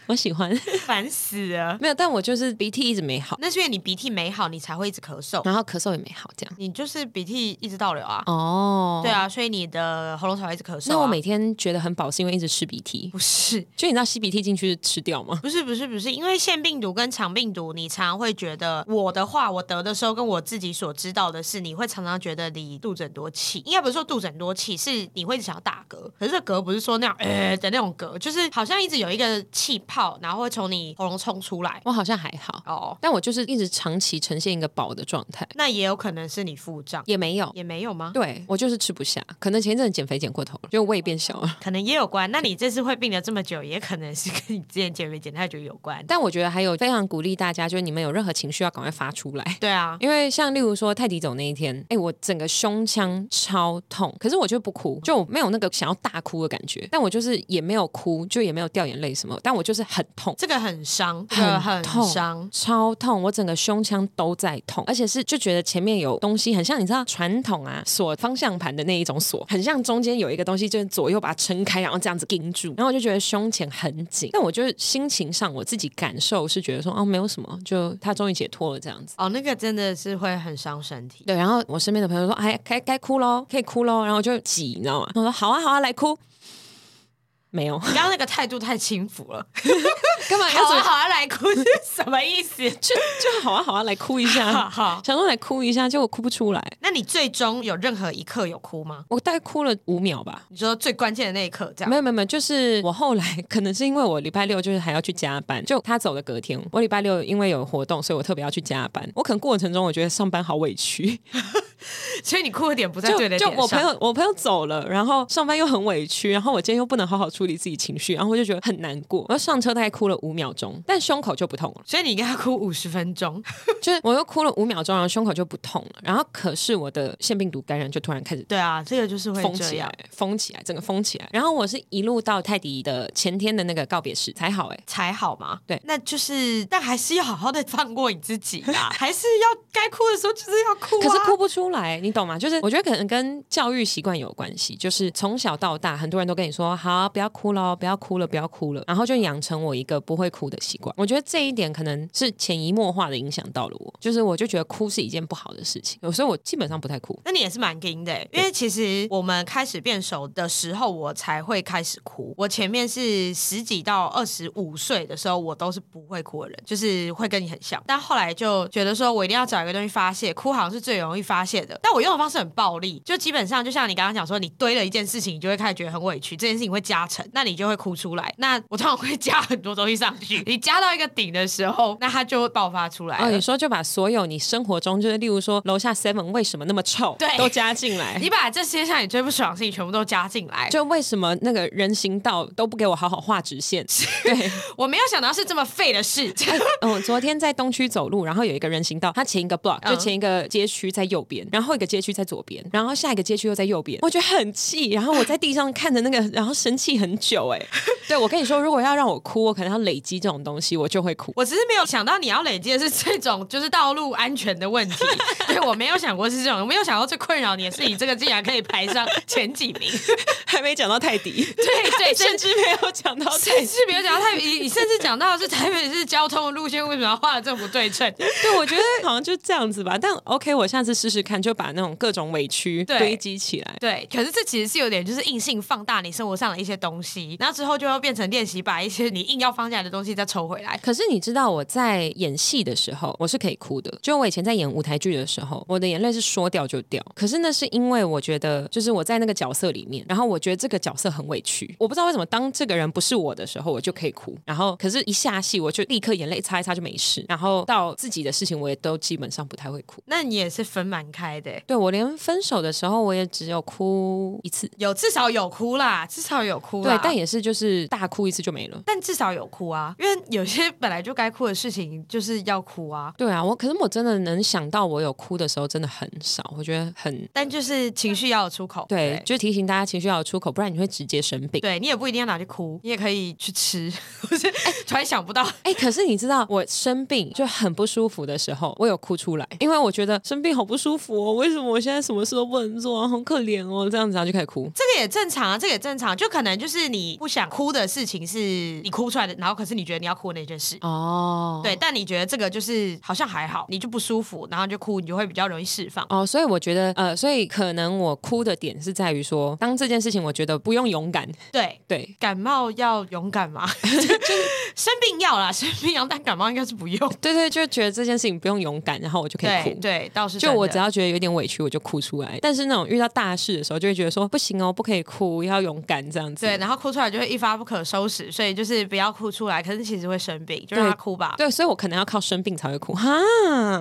[SPEAKER 2] 我喜欢
[SPEAKER 1] 烦死了。
[SPEAKER 2] 没有，但我就是鼻涕一直没好，
[SPEAKER 1] 那是因为你鼻涕没好，你才会一直咳嗽，
[SPEAKER 2] 然后咳嗽也没好，这样。
[SPEAKER 1] 你就是鼻涕一直倒流啊。
[SPEAKER 2] 哦，
[SPEAKER 1] 对。啊，所以你的喉咙才会一直咳嗽啊、
[SPEAKER 2] 那我每天觉得很饱，是因为一直吃鼻涕。
[SPEAKER 1] 不是
[SPEAKER 2] 就你知道吸鼻涕进去是吃掉吗？
[SPEAKER 1] 不是不是不是，因为腺病毒跟肠病毒，你常常会觉得我的话，我得的时候跟我自己所知道的是，你会常常觉得你肚子很多气，应该不是说肚子很多气，是你会一直想要打嗝，可是这嗝不是说那样呃的那种嗝，就是好像一一直有一个气泡，然后会从你喉咙冲出来。
[SPEAKER 2] 我好像还好，
[SPEAKER 1] 哦，
[SPEAKER 2] 但我就是一直长期呈现一个饱的状态，
[SPEAKER 1] 那也有可能是你腹胀，
[SPEAKER 2] 也没有。
[SPEAKER 1] 也没有吗？
[SPEAKER 2] 对我就是吃不下，可能前一阵子减肥减过头了，就胃变小了。
[SPEAKER 1] 可能也有关。那你这次会病了这么久，也可能是跟你之前减肥减太久有关。
[SPEAKER 2] 但我觉得还有非常鼓励大家，就是你们有任何情绪要赶快发出来。
[SPEAKER 1] 对啊，
[SPEAKER 2] 因为像例如说泰迪走那一天，哎、我整个胸腔超痛，可是我就不哭，就我没有那个想要大哭的感觉，但我就是也没有哭，就也没有掉眼泪什么，但我就是很痛。
[SPEAKER 1] 这个很伤，这个很
[SPEAKER 2] 痛
[SPEAKER 1] 伤。
[SPEAKER 2] 超痛，我整个胸腔都在痛，而且是就觉得前面有东西，很像你知道传统啊锁方向盘的那一种锁，很像中间有一个东西，就是左右把它撑开，然后这样子盯住，然后我就觉得胸前很紧。但我就是心情上我自己感受是觉得说哦没有什么，就他终于解脱了这样子。
[SPEAKER 1] 哦，那个真的是会很伤身体。
[SPEAKER 2] 对，然后我身边的朋友说：“哎，该该哭喽，可以哭喽。”然后我就挤，你知道吗？我说：“好啊，好啊，来哭。”没有，
[SPEAKER 1] 你刚刚那个态度太轻浮了，
[SPEAKER 2] [laughs] 干嘛
[SPEAKER 1] 好
[SPEAKER 2] [laughs] 要怎
[SPEAKER 1] 啊
[SPEAKER 2] 么？
[SPEAKER 1] 好啊来哭 [laughs] 是什么意 [laughs] 思？
[SPEAKER 2] 就就好啊，好啊，来哭一
[SPEAKER 1] 好
[SPEAKER 2] [laughs] 下，
[SPEAKER 1] 好，
[SPEAKER 2] 想说来哭一下，结果哭不出来。
[SPEAKER 1] 那你最终有任何一刻有哭吗？
[SPEAKER 2] 我大概哭了五秒吧。
[SPEAKER 1] 你说最关键的那一刻，这样
[SPEAKER 2] 没有没有没有，就是我后来可能是因为我礼拜六就是还要去加班，就他走的隔天，我礼拜六因为有活动，所以我特别要去加班。我可能过程中我觉得上班好委屈，
[SPEAKER 1] 所以你哭的点不在 [laughs]
[SPEAKER 2] 就
[SPEAKER 1] 对的
[SPEAKER 2] 就
[SPEAKER 1] 点上。
[SPEAKER 2] 我朋友我朋友走了，然后上班又很委屈，然后我今天又不能好好处理自己情绪，然后我就觉得很难过。我就上车大概哭了五秒钟，但胸口就不痛了，
[SPEAKER 1] 所以你跟他哭五十分 [laughs] 钟，
[SPEAKER 2] 就是我又哭了五秒钟，然后胸口就不痛了，然后可是我的腺病毒感染就突然开始
[SPEAKER 1] 对啊，这个就是会
[SPEAKER 2] 封
[SPEAKER 1] 这
[SPEAKER 2] 起
[SPEAKER 1] 样
[SPEAKER 2] 来。，封起来，整个封起来。然后我是一路到泰迪的前天的那个告别式才好、欸，
[SPEAKER 1] 才好嘛，
[SPEAKER 2] 对
[SPEAKER 1] 那就是，但还是要好好的放过你自己 [laughs] 啦，还是要该哭的时候就是要哭、啊，
[SPEAKER 2] 可是哭不出来，你懂吗？就是我觉得可能跟教育习惯有关系，就是从小到大，很多人都跟你说好，不要哭喽，不要哭了，不要哭了，然后就养成我一个不会哭的习惯。我觉得这一点可能是潜移默化的影响到了我，就是我就觉得哭是一件不好的事情，有时候我基本上不太哭。
[SPEAKER 1] 那你也是蛮硬的欸、因为其实我们开始变熟的时候，我才会开始哭。我前面是十几到二十五岁的时候，我都是不会哭的人，就是会跟你很像。但后来就觉得说我一定要找一个东西发泄，哭好像是最容易发泄的。但我用的方式很暴力，就基本上就像你刚刚讲说，你堆了一件事情，你就会开始觉得很委屈，这件事情会加成，那你就会哭出来。那我通常会加很多东西上去，你加到一个顶的时候，那它就会爆发出来了。
[SPEAKER 2] 哦，你说就把所有你生活中，就是例如说楼下 Seven 为什么那么臭，
[SPEAKER 1] 对
[SPEAKER 2] 都加进来。
[SPEAKER 1] [laughs] 你把这些让你最不爽的事情全部都加进来，
[SPEAKER 2] 就为什么那个人行道都不给我好好画直线？ [laughs] 对，
[SPEAKER 1] 我没有想到是这么废的事， [laughs]
[SPEAKER 2] 嗯，我昨天在东区走路，然后有一个人行道，它前一个 block
[SPEAKER 1] 嗯
[SPEAKER 2] 就前一个街区在右边，然后一个街区在左边，然后下一个街区又在右边，我觉得很气。然后我在地上看着那个，然后生气很久、欸。哎，对我跟你说，如果要让我哭，我可能要累积这种东西，我就会哭。
[SPEAKER 1] 我只是没有想到你要累积的是这种就是道路安全的问题， [laughs] 对我没有想过是这种，我没有想到最困扰你的是你这个竟然可以排上前几 [laughs] 名，
[SPEAKER 2] 还没讲到泰迪， [laughs]
[SPEAKER 1] 对对，甚
[SPEAKER 2] 甚
[SPEAKER 1] 至。
[SPEAKER 2] 至没有讲到泰
[SPEAKER 1] 甚
[SPEAKER 2] 迪。
[SPEAKER 1] 至没有讲到台北，你你甚至讲到是台北市交通的路线为什么要画的这么不对称？
[SPEAKER 2] 对，我觉 [laughs] 得好像就这样子吧。但 OK，我下次试试看，就把那种各种委屈
[SPEAKER 1] 对
[SPEAKER 2] 堆积起来。
[SPEAKER 1] [laughs] 对，可是这其实是有点就是硬性放大你生活上的一些东西，然后之后就要变成练习把一些你硬要放下来的东西再抽回来。
[SPEAKER 2] 可是你知道我在演戏的时候，我是可以哭的。就我以前在演舞台剧的时候，我的眼泪是说掉就掉。可是那是因为我觉得，就是我在那个角色里面，然后我觉得这个角色很委屈。我不知道为什么，当这个人不是我的时候，我就可以哭。然后，可是一下戏我就立刻眼泪擦一擦就没事。然后到自己的事情，我也都基本上不太会哭。
[SPEAKER 1] 那你也是分蛮开的欸、
[SPEAKER 2] 对我连分手的时候，我也只有哭一次。
[SPEAKER 1] 有至少有哭啦，至少有哭啦。
[SPEAKER 2] 对，但也是就是大哭一次就没了。
[SPEAKER 1] 但至少有哭啊，因为有些 [laughs] 本来就该哭的事情就是要哭啊。
[SPEAKER 2] 对啊，我可是我真的能想到我有哭的时候真的很少，我觉得很
[SPEAKER 1] 但就是情绪要有出口，
[SPEAKER 2] 对，就提醒大家情绪要有出口，不然你会直接生病。
[SPEAKER 1] 对你也不一定要拿去哭，你也可以去吃。 [laughs] 我是突然想不到，
[SPEAKER 2] 哎、可是你知道我生病就很不舒服的时候，我有哭出来，因为我觉得生病好不舒服哦，为什么我现在什么事都不能做啊，好可怜哦，这样子然后就开始哭。
[SPEAKER 1] 这个也正常啊，这个也正常。就可能就是你不想哭的事情是你哭出来的，然后可是你觉得你要哭的那件事。
[SPEAKER 2] 哦，
[SPEAKER 1] 对，但你觉得这个就是好像还好，你就不舒服，然后就哭，你就会比较容易释放。
[SPEAKER 2] 哦，所以我觉得，呃，所以可能我哭的点是在于说，当这件事情我觉得不用勇敢，
[SPEAKER 1] 对，
[SPEAKER 2] 对，
[SPEAKER 1] 感冒要勇敢 [laughs] 嘛，生病要啦，生病要，但感冒应该是不用。
[SPEAKER 2] 对对，就觉得这件事情不用勇敢，然后我就可以
[SPEAKER 1] 对
[SPEAKER 2] 哭。
[SPEAKER 1] 对，倒是
[SPEAKER 2] 就
[SPEAKER 1] 真
[SPEAKER 2] 我
[SPEAKER 1] 的
[SPEAKER 2] 只要觉得有点委屈，我就哭出来。但是那种遇到大事的时候，就会觉得说不行哦，不可以哭，要勇敢这样子。
[SPEAKER 1] 对，然后哭出来就会一发不可收拾，所以就是不要哭出来。可是其实会生病，就让他哭吧。
[SPEAKER 2] 对，所以我可能要靠生病才会哭哈。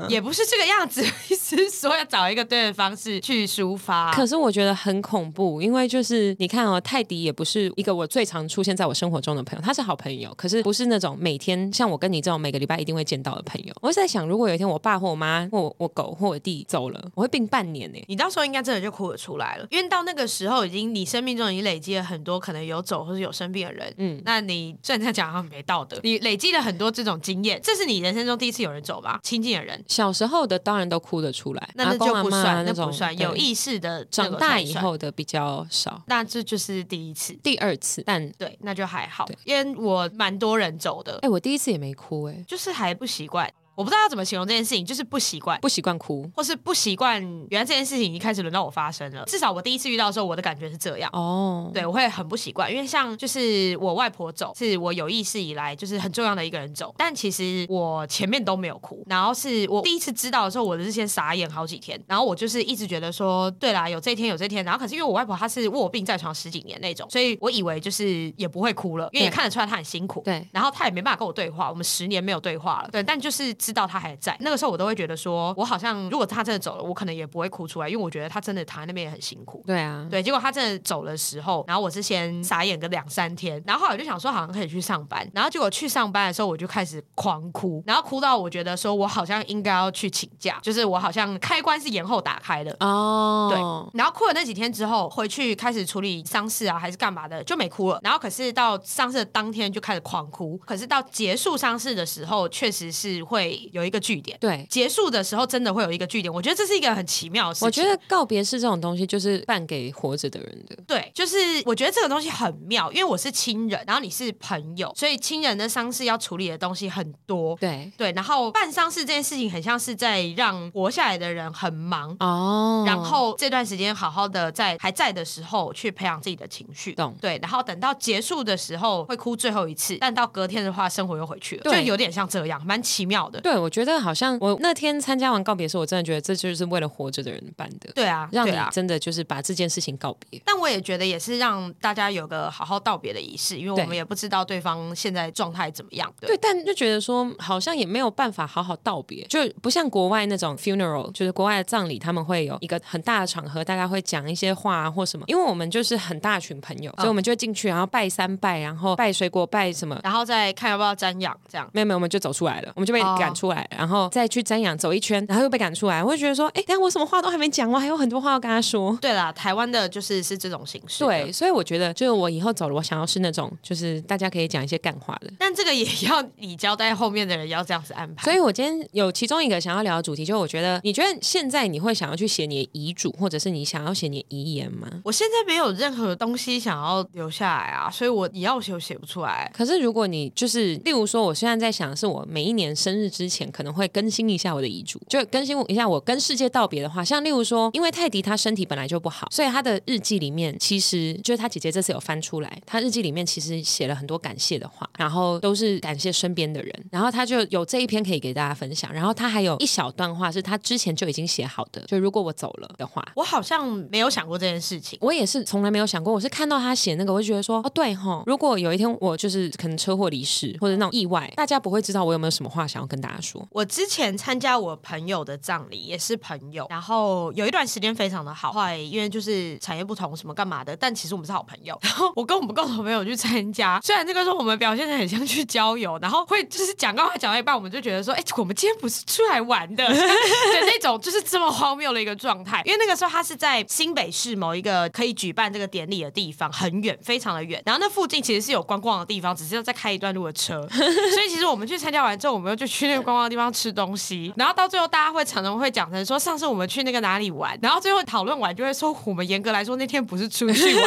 [SPEAKER 1] 也不是这个样子， [laughs] 意思是说要找一个对的方式去啊抒发。
[SPEAKER 2] 可是我觉得很恐怖，因为就是你看哦，泰迪也不是一个我最常出现在我生活中的朋友，他是好朋友，可是不是那种每天像我跟你这种每个礼拜一定会见到的朋友。我是在想，如果有一天我爸或我妈或我我狗或我弟走了，我会病半年欸呢、
[SPEAKER 1] 你到时候应该真的就哭了出来了，因为到那个时候已经你生命中已经累积了很多可能有走或是有生病的人，嗯，那你虽然这样讲好像很没道德，你累积了很多这种经验，这是你人生中第一次有人走吧，亲近的人，
[SPEAKER 2] 小时候的当然都哭得出来，
[SPEAKER 1] 那
[SPEAKER 2] 阿
[SPEAKER 1] 那
[SPEAKER 2] 公
[SPEAKER 1] 就
[SPEAKER 2] 阿
[SPEAKER 1] 不
[SPEAKER 2] 嬷
[SPEAKER 1] 算，那
[SPEAKER 2] 种
[SPEAKER 1] 不算
[SPEAKER 2] 对
[SPEAKER 1] 有意识的那
[SPEAKER 2] 长
[SPEAKER 1] 个
[SPEAKER 2] 大
[SPEAKER 1] 才
[SPEAKER 2] 以
[SPEAKER 1] 算，
[SPEAKER 2] 后的比较少，
[SPEAKER 1] 那这就是第一次，
[SPEAKER 2] 第二次，但
[SPEAKER 1] 对，那就还好
[SPEAKER 2] 对，
[SPEAKER 1] 因为我蛮多人走的
[SPEAKER 2] 哎、，我第一次也没哭、哎，
[SPEAKER 1] 就是还不习惯，我不知道要怎么形容这件事情，就是不习惯。
[SPEAKER 2] 不习惯哭。
[SPEAKER 1] 或是不习惯，原来这件事情已经开始轮到我发生了。至少我第一次遇到的时候，我的感觉是这样。
[SPEAKER 2] 哦，
[SPEAKER 1] 对，我会很不习惯，因为像就是我外婆走，是我有意识以来就是很重要的一个人走，但其实我前面都没有哭，然后是我第一次知道的时候，我是先傻眼好几天，然后我就是一直觉得说，对啦，有这一天有这一天，然后可是因为我外婆她是卧病在床十几年那种，所以我以为就是也不会哭了，因为也
[SPEAKER 2] 对
[SPEAKER 1] 看得出来她很辛苦，
[SPEAKER 2] 对
[SPEAKER 1] 然后她也没办法跟我对话，我们十年没有对话了，对，但就是知道她还在，那个时候我都会觉得说，我好像如果她真的走了，我可能也不会哭出来，因为我觉得她真的躺在那边也很辛苦，
[SPEAKER 2] 对啊，
[SPEAKER 1] 对，结果他真的走的时候，然后我是先傻眼个两三天，然后后来我就想说好像可以去上班，然后结果去上班的时候我就开始狂哭，然后哭到我觉得说我好像应该要去请假，就是我好像开关是延后打开的。
[SPEAKER 2] 哦，
[SPEAKER 1] 对，然后哭了那几天之后，回去开始处理丧事啊，还是干嘛的，就没哭了。然后可是到丧事的当天就开始狂哭，可是到结束丧事的时候，确实是会有一个据点。
[SPEAKER 2] 对。
[SPEAKER 1] 结束的时候真的会有一个据点，我觉得这是一个很奇妙的事情。
[SPEAKER 2] 我觉得告别式这种东西就是办给活着的人的，
[SPEAKER 1] 对，就是我觉得这个东西很妙，因为我是亲人，然后你是朋友，所以亲人的伤势要处理的东西很多。
[SPEAKER 2] 对，
[SPEAKER 1] 对，然后办丧事这件事情很像是在让活下来的人很忙，
[SPEAKER 2] 哦，
[SPEAKER 1] 然后这段时间好好的在还在的时候去培养自己的情绪，
[SPEAKER 2] 懂
[SPEAKER 1] 对，然后等到结束的时候会哭最后一次，但到隔天的话，生活又回去了，就
[SPEAKER 2] 对
[SPEAKER 1] 有点像这样，蛮奇妙的。
[SPEAKER 2] 对我觉得好像我那天参加完告别式，我真的觉得这就是为了活着的人办的，
[SPEAKER 1] 对啊，
[SPEAKER 2] 让
[SPEAKER 1] 对
[SPEAKER 2] 你
[SPEAKER 1] 啊。
[SPEAKER 2] 真的就是把这件事情告别。
[SPEAKER 1] 但我也觉得也是让大家有个好好道别的仪式，因为
[SPEAKER 2] 对
[SPEAKER 1] 我们也不知道对方现在状态怎么样。对
[SPEAKER 2] 对，但就觉得说好像也没有办法好好道别，就不像国外那种 funeral，就是国外的葬礼，他们会有一个很大的场合，大家会讲一些话啊或什么。因为我们就是很大群朋友，所
[SPEAKER 1] 嗯
[SPEAKER 2] 以我们就会进去，然后拜三拜，然后拜水果，拜什么。
[SPEAKER 1] 然后再看要不要瞻仰这样。
[SPEAKER 2] 没有没有，我们就走出来了，我们就被
[SPEAKER 1] 哦
[SPEAKER 2] 赶出来了然后再去瞻仰走一圈，然后又被赶出来。我就觉得说，哎，但我什么话都还没讲，我还有很多话要跟他说。
[SPEAKER 1] 对啦，台湾的就是是这种形式。
[SPEAKER 2] 对，，所以我觉得，就是我以后走了，我想要是那种，就是大家可以讲一些干话的。
[SPEAKER 1] 但这个也 [laughs] 要你交代后面的人要这样子安排。
[SPEAKER 2] 所以，我今天有其中一个想要聊的主题，就是我觉得，你觉得现在你会想要去写你的遗嘱，或者是你想要写你的遗言吗？
[SPEAKER 1] 我现在没有任何东西想要留下来啊，所以我你要我写我写不出来。
[SPEAKER 2] 可是，如果你就是，例如说，我现在在想，是我每一年生日之前可能会更新一下我的遗嘱，就更新一下我跟世界道别的话。像例如说，因为泰迪他身体本来就不好，所以他的日记里面其实就是他姐姐这次有翻出来，他日记里面其实写了很多感谢的话，然后都是感谢身边的人，然后他就有这一篇可以给大家分享。然后他还有一小段话是他之前就已经写好的，就如果我走了的话，
[SPEAKER 1] 我好像没有想过这件事情。
[SPEAKER 2] 我也是从来没有想过，我是看到他写那个，我就觉得说，哦，对吼，如果有一天我就是可能车祸离世或者那种意外，大家不会知道我有没有什么话想要跟大家说。 [laughs]
[SPEAKER 1] 我之前参加我朋友的葬礼，也是朋友，然后有一段时间非常的好，后来因为就是产业不同什么干嘛的，但其实我们是好朋友。然后我跟我们共同朋友去参加，虽然这个时候我们表现的很像去郊游，然后会就是讲到话讲到一半，我们就觉得说，哎、我们今天不是出来玩的，对那种就是这么荒谬的一个状态。因为那个时候他是在新北市某一个可以举办这个典礼的地方，很远，非常的远。然后那附近其实是有观光的地方，只是要再开一段路的车。所以其实我们去参加完之后，我们又就去那个观光的地方吃东西，然后到最后大家会常常会讲成说上次我们去那个哪里玩，然后最后讨论完就会说我们严格来说那天不是出去玩。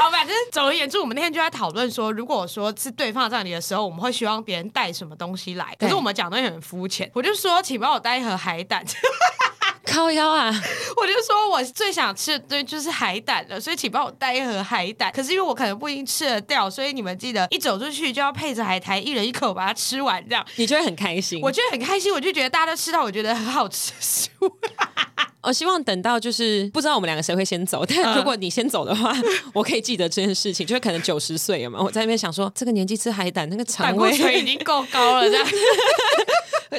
[SPEAKER 1] 好，反正总而言之，我们那天就在讨论说，如果说是对方的葬礼的时候，我们会希望别人带什么东西来。可是
[SPEAKER 2] 对
[SPEAKER 1] 我们讲的很肤浅，我就说，请帮我带一盒海胆。 [laughs]
[SPEAKER 2] 靠腰啊，
[SPEAKER 1] 我就说我最想吃的对就是海胆了，所以请帮我带一盒海胆。可是因为我可能不一定吃得掉，所以你们记得一走出去就要配着海苔，一人一口把它吃完，这样
[SPEAKER 2] 你就会很开心。
[SPEAKER 1] 我就很开心，我就觉得大家都吃到我觉得很好吃的食物。
[SPEAKER 2] 我希望等到就是不知道我们两个谁会先走，
[SPEAKER 1] 嗯
[SPEAKER 2] 但如果你先走的话， [laughs] 我可以记得这件事情，就是可能九十岁了嘛，我在那边想说这个年纪吃海胆那个肠
[SPEAKER 1] 胆固
[SPEAKER 2] 胃
[SPEAKER 1] 醇已经够高了，这样
[SPEAKER 2] [laughs]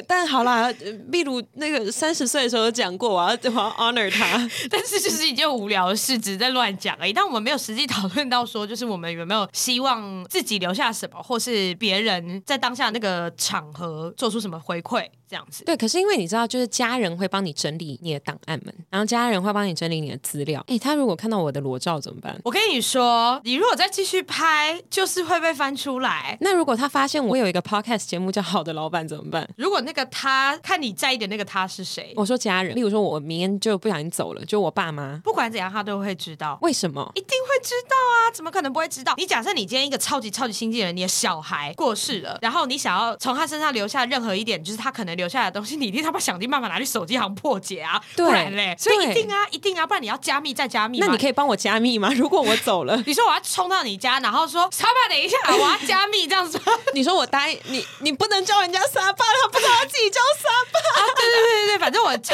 [SPEAKER 2] 但好啦，呃秘鲁那个三十岁的时候有讲过，我要我要 honor 他。
[SPEAKER 1] 但是就是一件无聊的事，只是在乱讲而已。但我们没有实际讨论到说，就是我们有没有希望自己留下什么，或是别人在当下那个场合做出什么回馈，这样子。
[SPEAKER 2] 对，可是因为你知道，就是家人会帮你整理你的档案们，然后家人会帮你整理你的资料。诶，他如果看到我的裸照怎么办？
[SPEAKER 1] 我跟你说，你如果再继续拍，就是会被翻出来。
[SPEAKER 2] 那如果他发现我有一个 podcast 节目叫《好的老板》怎么办？
[SPEAKER 1] 如果那个他看你在意的那个他是谁，
[SPEAKER 2] 我说家人，例如说我明天就不小心走了，就我爸妈，
[SPEAKER 1] 不管怎样，他都会知道。
[SPEAKER 2] 为什么？
[SPEAKER 1] 一定会知道啊，怎么可能不会知道？你假设你今天一个超级超级亲近的人，你的小孩过世了，然后你想要从他身上留下任何一点，就是他可能留下的东西，你一定他妈想尽办法拿去手机行破解 [laughs] 啊，
[SPEAKER 2] 对
[SPEAKER 1] 不然嘞，所以
[SPEAKER 2] 对
[SPEAKER 1] 一定啊，一定啊，不然你要加密再加密嘛。，
[SPEAKER 2] 那你可以帮我加密吗？如果我走了 [laughs]
[SPEAKER 1] 你说我要冲到你家，然后说沙爸等一下，我要加密这样 [laughs] 啊子。
[SPEAKER 2] 你说我答应你，你不能叫人家沙巴，他不知道他自己叫沙巴。
[SPEAKER 1] 对对对对，反正我 [laughs] 叔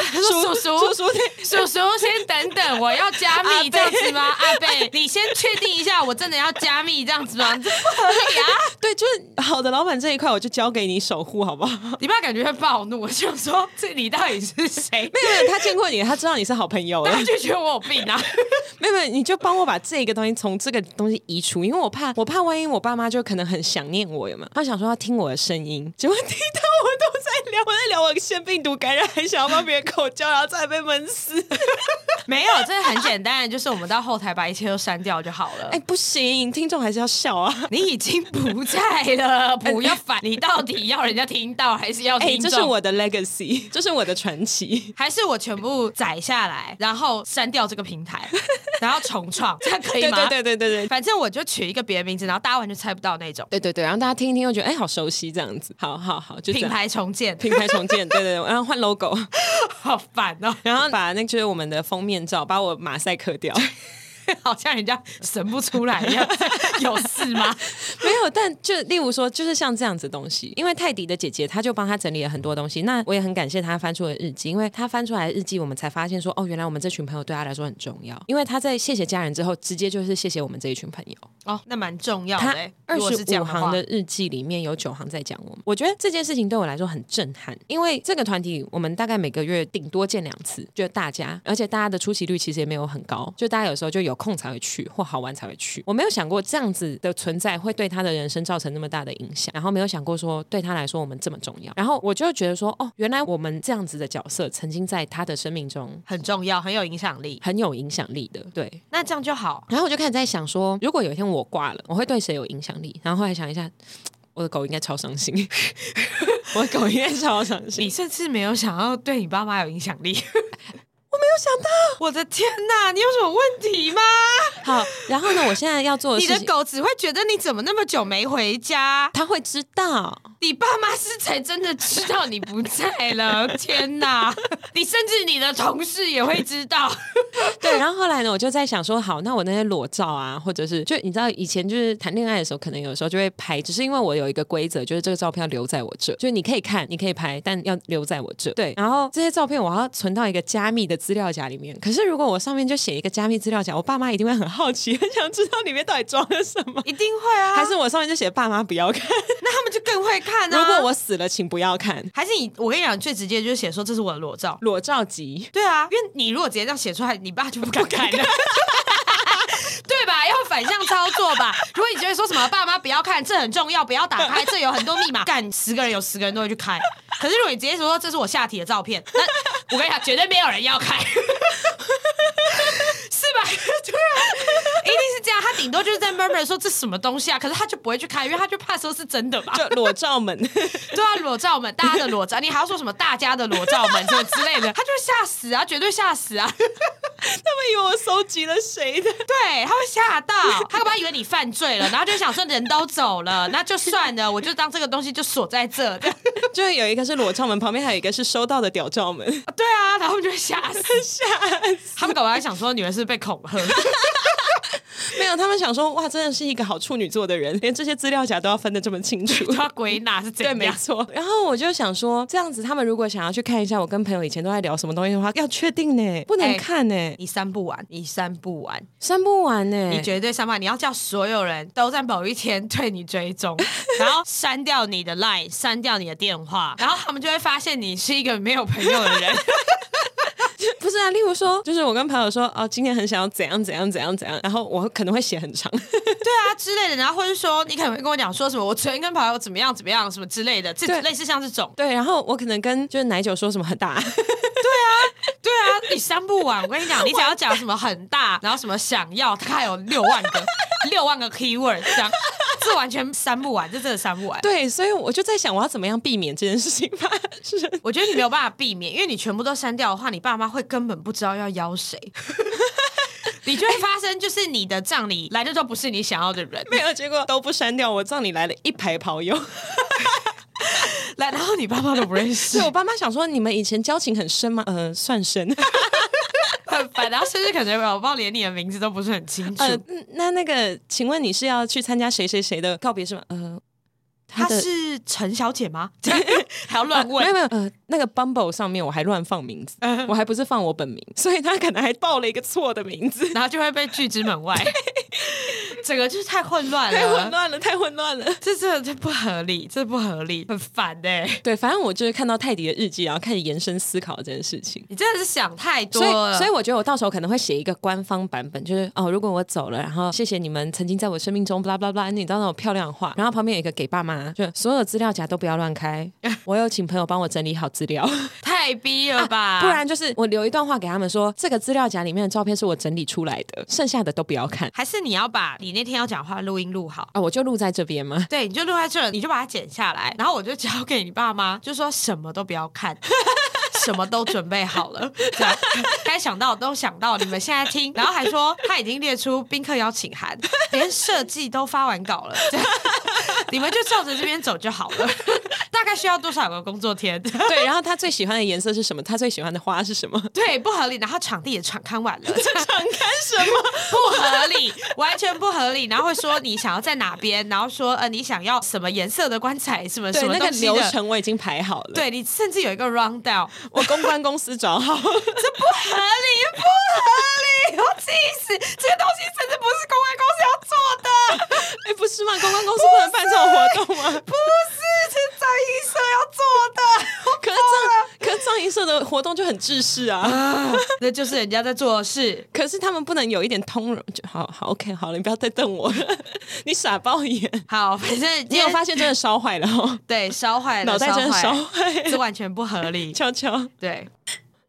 [SPEAKER 2] 啊叔
[SPEAKER 1] 叔
[SPEAKER 2] 叔，对
[SPEAKER 1] 叔叔先等等，我要加
[SPEAKER 2] 阿
[SPEAKER 1] 密
[SPEAKER 2] 贝
[SPEAKER 1] 这样子吗？阿 [laughs] 贝，你先确定一下，我真的要加密这样子 [laughs] 吗？这不合理啊！
[SPEAKER 2] 对，就是好的老板这一块，我就交给你守护，好不好？
[SPEAKER 1] 你爸感觉会暴怒，我想说这你到底是 [laughs] 谁？
[SPEAKER 2] 没有没有，他见过你，他知道你是好朋友了
[SPEAKER 1] 大。家就觉得我有病啊！
[SPEAKER 2] 没有没有，你就帮我把这个东西从这个东西移除，因为我怕我怕万一我爸妈就可能很想念我，有没有？他想说要听我的声音，结果听到我都在聊，我在聊我腺病毒感染，还想要帮别人口交，然后再被闷死。
[SPEAKER 1] [laughs] 没有，这很简单，就是我们到后台把一切都删掉就好 [laughs] 了。
[SPEAKER 2] 哎，不行，听众还是要笑啊。
[SPEAKER 1] 你已经不在 [laughs] 了，不要烦。你到底要人家听到，还是要
[SPEAKER 2] 哎，
[SPEAKER 1] 听
[SPEAKER 2] 这
[SPEAKER 1] 众？
[SPEAKER 2] 是我的 legacy，这是我的传奇。
[SPEAKER 1] 还是我全部载下来，然后删掉这个平 [laughs] 台，然后重创，这样可以
[SPEAKER 2] 对
[SPEAKER 1] 吗？
[SPEAKER 2] 对对对对对。
[SPEAKER 1] 反正我就取一个别的名字，然后大家完全猜不到那种
[SPEAKER 2] 对对对，然后大家听一听，又觉得哎，好熟悉这样子，好好好，就这
[SPEAKER 1] 品
[SPEAKER 2] 样。
[SPEAKER 1] 牌重建，
[SPEAKER 2] 品牌重建，对对对，然后换 logo，
[SPEAKER 1] 好烦哦， [laughs]
[SPEAKER 2] 然后把那个就是我们的封面照，把我马赛克掉。
[SPEAKER 1] 好像人家审不出来 [laughs] 一样，有事吗？
[SPEAKER 2] [laughs] 没有，但就例如说，就是像这样子的东西，因为泰迪的姐姐，她就帮她整理了很多东西。那我也很感谢她翻出的日记，因为她翻出来的日记，我们才发现说，哦，原来我们这群朋友对她来说很重要。因为她在谢谢家人之后，直接就是谢谢我们这一群朋友。
[SPEAKER 1] 哦，那蛮重要的
[SPEAKER 2] 她
[SPEAKER 1] 欸。
[SPEAKER 2] 二
[SPEAKER 1] 如果是这
[SPEAKER 2] 十
[SPEAKER 1] 样
[SPEAKER 2] 五
[SPEAKER 1] 话
[SPEAKER 2] 行的日记里面有九行在讲我们，我觉得这件事情对我来说很震撼，因为这个团体我们大概每个月顶多见两次，就大家，而且大家的出席率其实也没有很高，就大家有时候就有空才会去或好玩才会去。我没有想过这样子的存在会对他的人生造成那么大的影响，然后没有想过说对他来说我们这么重要，然后我就觉得说，哦，原来我们这样子的角色曾经在他的生命中
[SPEAKER 1] 很重要，很有影响力。
[SPEAKER 2] 很有影响力的，对，
[SPEAKER 1] 那这样就好，
[SPEAKER 2] 然后我就开始在想说，如果有一天我挂了，我会对谁有影响力？然后后来想一下，我的狗应该超伤心， [laughs] 我的狗应该超伤
[SPEAKER 1] 你
[SPEAKER 2] 心。
[SPEAKER 1] 甚至没有想要对你爸妈有影响力。
[SPEAKER 2] [laughs]
[SPEAKER 1] 我没有想到， [laughs] 我的天哪！你有什么问题吗？
[SPEAKER 2] 好，然后呢，我现在要做的
[SPEAKER 1] 你
[SPEAKER 2] 事
[SPEAKER 1] 的
[SPEAKER 2] 情，
[SPEAKER 1] 狗只会觉得你怎么那么久没回家，
[SPEAKER 2] 它会知道。
[SPEAKER 1] 你爸妈是才真的知道你不在了。 [laughs] 天哪！你甚至你的同事也会知道。
[SPEAKER 2] 对，然后后来呢，我就在想说，好，那我那些裸照啊，或者是就你知道，以前就是谈恋爱的时候，可能有时候就会拍，只是因为我有一个规则，就是这个照片要留在我这，就是你可以看，你可以拍，但要留在我这。对，然后这些照片我要存到一个加密的资料夹里面。可是如果我上面就写一个加密资料夹，我爸妈一定会很好奇， [laughs] 很想知道里面到底装了什么。
[SPEAKER 1] 一定会啊
[SPEAKER 2] 还是我上面就写爸妈不要看，
[SPEAKER 1] 那他们就更会看啊。
[SPEAKER 2] 如果我死了，请不要看
[SPEAKER 1] 还是你，我跟你讲，最直接就是写说这是我的裸照。
[SPEAKER 2] 裸照集。
[SPEAKER 1] 对啊，因为你如果直接这样写出来，你爸就不敢看了。 [laughs] 对吧？要反向操作 [laughs] 吧。如果你觉得说什么爸妈不要看，这很重要，不要打开，这有很多密码， [laughs] 干十个人有十个人都会去开。可是如果你直接说这是我下体的照片， [laughs] 那我跟你讲，绝对没有人要 [laughs] 看，是吧？ [laughs] 对啊，一定是这样。他顶多就是在 murmur 说这什么东西啊，可是他就不会去开，因为他就怕说是真的吧。
[SPEAKER 2] 就裸照们， [laughs]
[SPEAKER 1] 对啊，裸照们，大家的 [laughs] 裸照，你还要说什么大家的裸照们什么之类的，他就会吓死啊，绝对吓死啊！
[SPEAKER 2] 以为我收集了谁的？
[SPEAKER 1] 对，他会吓到，他可能以为你犯罪了，然后就想说人都走了，那就算了，我就当这个东西就锁在 [laughs] 这。对
[SPEAKER 2] 就有一个是裸照门，旁边还有一个是收到的屌照门。 [laughs]
[SPEAKER 1] 对啊，然后就会吓死， [laughs] 吓死。他们搞不好还想说女人是不是被恐吓， [laughs]
[SPEAKER 2] 没有，他们想说，哇，真的是一个好处女座的人，连这些资料夹都要分得这么清楚。
[SPEAKER 1] 就要归纳是怎
[SPEAKER 2] [laughs] 对，
[SPEAKER 1] 样？
[SPEAKER 2] 没错。然后我就想说，这样子他们如果想要去看一下我跟朋友以前都在聊什么东西的话，要确定呢，不能
[SPEAKER 1] 哎
[SPEAKER 2] 看呢，
[SPEAKER 1] 你删不完，你删不完，
[SPEAKER 2] 删不完呢。
[SPEAKER 1] 你绝对删不完。你要叫所有人都在某一天 [laughs] 对你追踪，然后删掉你的 line，删掉你的电话，然后他们就会发现你是一个没有朋友的人。
[SPEAKER 2] 不是啊？例如说，就是我跟朋友说，哦，今天很想要怎样怎样怎样怎样，然后我可能会写很长。
[SPEAKER 1] [laughs] 对啊之类的，然后或者说你可能会跟我讲说什么，我昨天跟朋友怎么样怎么样什么之类的，这
[SPEAKER 2] 对
[SPEAKER 1] 类似像这种。
[SPEAKER 2] [laughs] 对，然后我可能跟就是奶酒说什么很 [laughs] 大，
[SPEAKER 1] 对啊，你删不完，我跟你讲，你只要讲什么很大，然后什么想要，大概有六万个六万个 keyword 这样。这完全删不完，这真的删不完。
[SPEAKER 2] 对，所以我就在想，我要怎么样避免这件事情发生？
[SPEAKER 1] 我觉得你没有办法避免，因为你全部都删掉的话，你爸妈会根本不知道要邀
[SPEAKER 2] [laughs]
[SPEAKER 1] 谁，你就会发生就是你的葬礼来的都不是你想要的人，
[SPEAKER 2] 没有，结果都不删掉，我葬礼来了一排跑友。
[SPEAKER 1] 来，然后你爸妈都不认识 [laughs]
[SPEAKER 2] 对，我爸妈想说，你们以前交情很深吗？呃，算 [laughs] 深。
[SPEAKER 1] 很烦，然后甚至可能宝宝连你的名字都不是很清楚。
[SPEAKER 2] 呃，嗯那那个，请问你是要去参加谁谁谁的告别是吗？呃，
[SPEAKER 1] 她
[SPEAKER 2] 的
[SPEAKER 1] 是陈小姐
[SPEAKER 2] [laughs]
[SPEAKER 1] 吗？还要乱
[SPEAKER 2] 没有
[SPEAKER 1] 问。
[SPEAKER 2] 没有，呃，那个 Bumble 上面我还乱放名字，我还不是放我本名，所以他可能还报了一个错的名字，
[SPEAKER 1] 然后就会被拒之门
[SPEAKER 2] [laughs]
[SPEAKER 1] 外，整个就是太混乱了，
[SPEAKER 2] 太混，乱了，太混乱了。
[SPEAKER 1] 这这这不合理，这不合理，很烦哎、
[SPEAKER 2] 对，反正我就是看到泰迪的日记，然后开始延伸思考这件事情。
[SPEAKER 1] 你真的是想太多
[SPEAKER 2] 所以，
[SPEAKER 1] 了。
[SPEAKER 2] 所以我觉得我到时候可能会写一个官方版本，就是哦，如果我走了，然后谢谢你们曾经在我生命中，巴拉巴拉，你到那种漂亮的话，然后旁边有一个给爸妈，就所有资料夹都不要乱 [laughs] 开，我有请朋友帮我整理好资料，
[SPEAKER 1] 太逼了吧？
[SPEAKER 2] 啊不然就是我留一段话给他们说，这个资料夹里面的照片是我整理出来的，剩下的都不要看
[SPEAKER 1] 还是你要把你那天要讲话录音录好。
[SPEAKER 2] 啊、我就录在这边 [laughs] 吗？
[SPEAKER 1] 对，你就录在这儿，你就把它剪下来，然后我就交给你爸妈，就说什么都不要看，什么都准备好了，这样该想到的都想到，你们现在听，然后还说他已经列出宾客邀请函，连设计都发完稿了，这样你们就照着这边走就好了。 [laughs] 大概需要多少个工作天？ [laughs]
[SPEAKER 2] 对，然后他最喜欢的颜色是什么？他最喜欢的花是什么？
[SPEAKER 1] 对，不合理。然后场地也敞开完了，
[SPEAKER 2] [laughs] 想看什么？
[SPEAKER 1] 不合理， [laughs] 完全不合理。然后会说你想要在哪边，然后说呃你想要什么颜色的棺材，什么什
[SPEAKER 2] [laughs] 对，
[SPEAKER 1] 么
[SPEAKER 2] 那个
[SPEAKER 1] 东西
[SPEAKER 2] 流
[SPEAKER 1] 的。
[SPEAKER 2] 程我已经排好了，，
[SPEAKER 1] 对你甚至有一个 round down，
[SPEAKER 2] 我公关公司找
[SPEAKER 1] 合
[SPEAKER 2] 好。
[SPEAKER 1] 理不合理？ [laughs] 我气死！这个东西甚至不是公关公司要做
[SPEAKER 2] [laughs]
[SPEAKER 1] 的，
[SPEAKER 2] [laughs] 哎、不是吗？公关公司不能办这种活动吗？
[SPEAKER 1] 不是是张医生要做
[SPEAKER 2] 可是藏可是藏银社的活动就很制式啊。
[SPEAKER 1] 的，那就是人家在做的事。
[SPEAKER 2] 可是他们不能有一点通融，就好好 OK 好了，你不要再瞪我 [laughs] 了，你傻爆眼。
[SPEAKER 1] 好，反正
[SPEAKER 2] 你有发现真的烧坏了哦，
[SPEAKER 1] 对烧坏了，
[SPEAKER 2] 脑袋 [laughs] 真的烧
[SPEAKER 1] 坏，
[SPEAKER 2] 坏 [laughs]
[SPEAKER 1] 这
[SPEAKER 2] 了。
[SPEAKER 1] 完全不合理。
[SPEAKER 2] 悄悄
[SPEAKER 1] 对，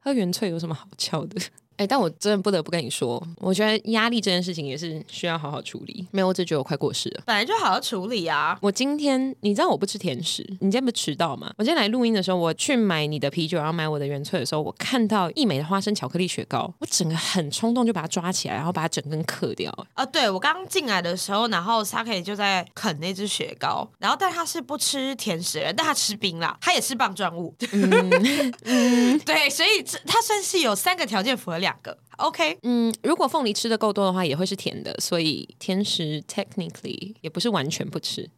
[SPEAKER 2] 喝原萃有什么好敲的？哎、但我真的不得不跟你说，我觉得压力这件事情也是需要好好处理。没有，我只觉得我快过世了。
[SPEAKER 1] 本来就好好处理啊。
[SPEAKER 2] 我今天你知道我不吃甜食，你今天不是迟到吗？我今天来录音的时候，我去买你的啤酒，然后买我的原萃的时候，我看到一美的花生巧克力雪糕，我整个很冲动就把它抓起来，然后把它整根嗑掉。
[SPEAKER 1] 啊，对我刚进来的时候，然后 Saki 就在啃那只雪糕，然后但他是不吃甜食的人，但他吃冰啦，他也是棒状物。 [laughs] 对，所以这他算是有三个条件符合两个，OK。
[SPEAKER 2] 嗯，如果凤梨吃的够多的话，也会是甜的，所以甜食 technically 也不是完全不吃。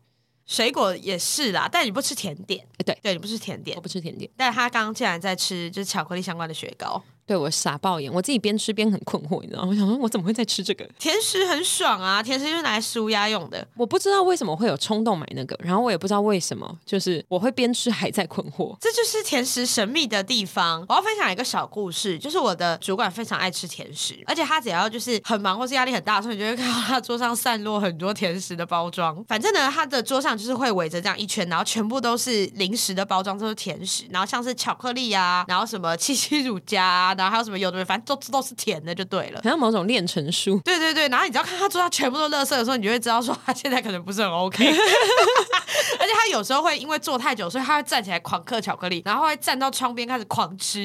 [SPEAKER 1] 水果也是啦，但你不吃甜点，
[SPEAKER 2] 哎对
[SPEAKER 1] 对你不吃甜点
[SPEAKER 2] 我，不吃甜点，
[SPEAKER 1] 但他刚刚竟然在吃就是巧克力相关的雪糕，
[SPEAKER 2] 对我傻爆眼，我自己边吃边很困惑，你知道吗？我想说，我怎么会在吃这个？
[SPEAKER 1] 甜食很爽啊，甜食就是拿来舒压用的。
[SPEAKER 2] 我不知道为什么会有冲动买那个，然后我也不知道为什么，就是我会边吃还在困惑。
[SPEAKER 1] 这就是甜食神秘的地方。我要分享一个小故事，就是我的主管非常爱吃甜食，而且他只要就是很忙或是压力很大的时候，你就会看到他桌上散落很多甜食的包装。反正呢，他的桌上就是会围着这样一圈，然后全部都是零食的包装，都是甜食，然后像是巧克力啊，然后什么七七乳加啊、的啊、还有什么 [laughs] 有的没，反正都都是甜的就 [laughs] 对了。
[SPEAKER 2] 好像某种炼成术。
[SPEAKER 1] 对对对，然后你只要看他桌上全部都是垃圾的时候，你就会知道说他现在可能不是很 OK。而且他有时候会因为坐太久，所以他会站起来狂嗑巧克力，然后会站到窗边开始狂吃，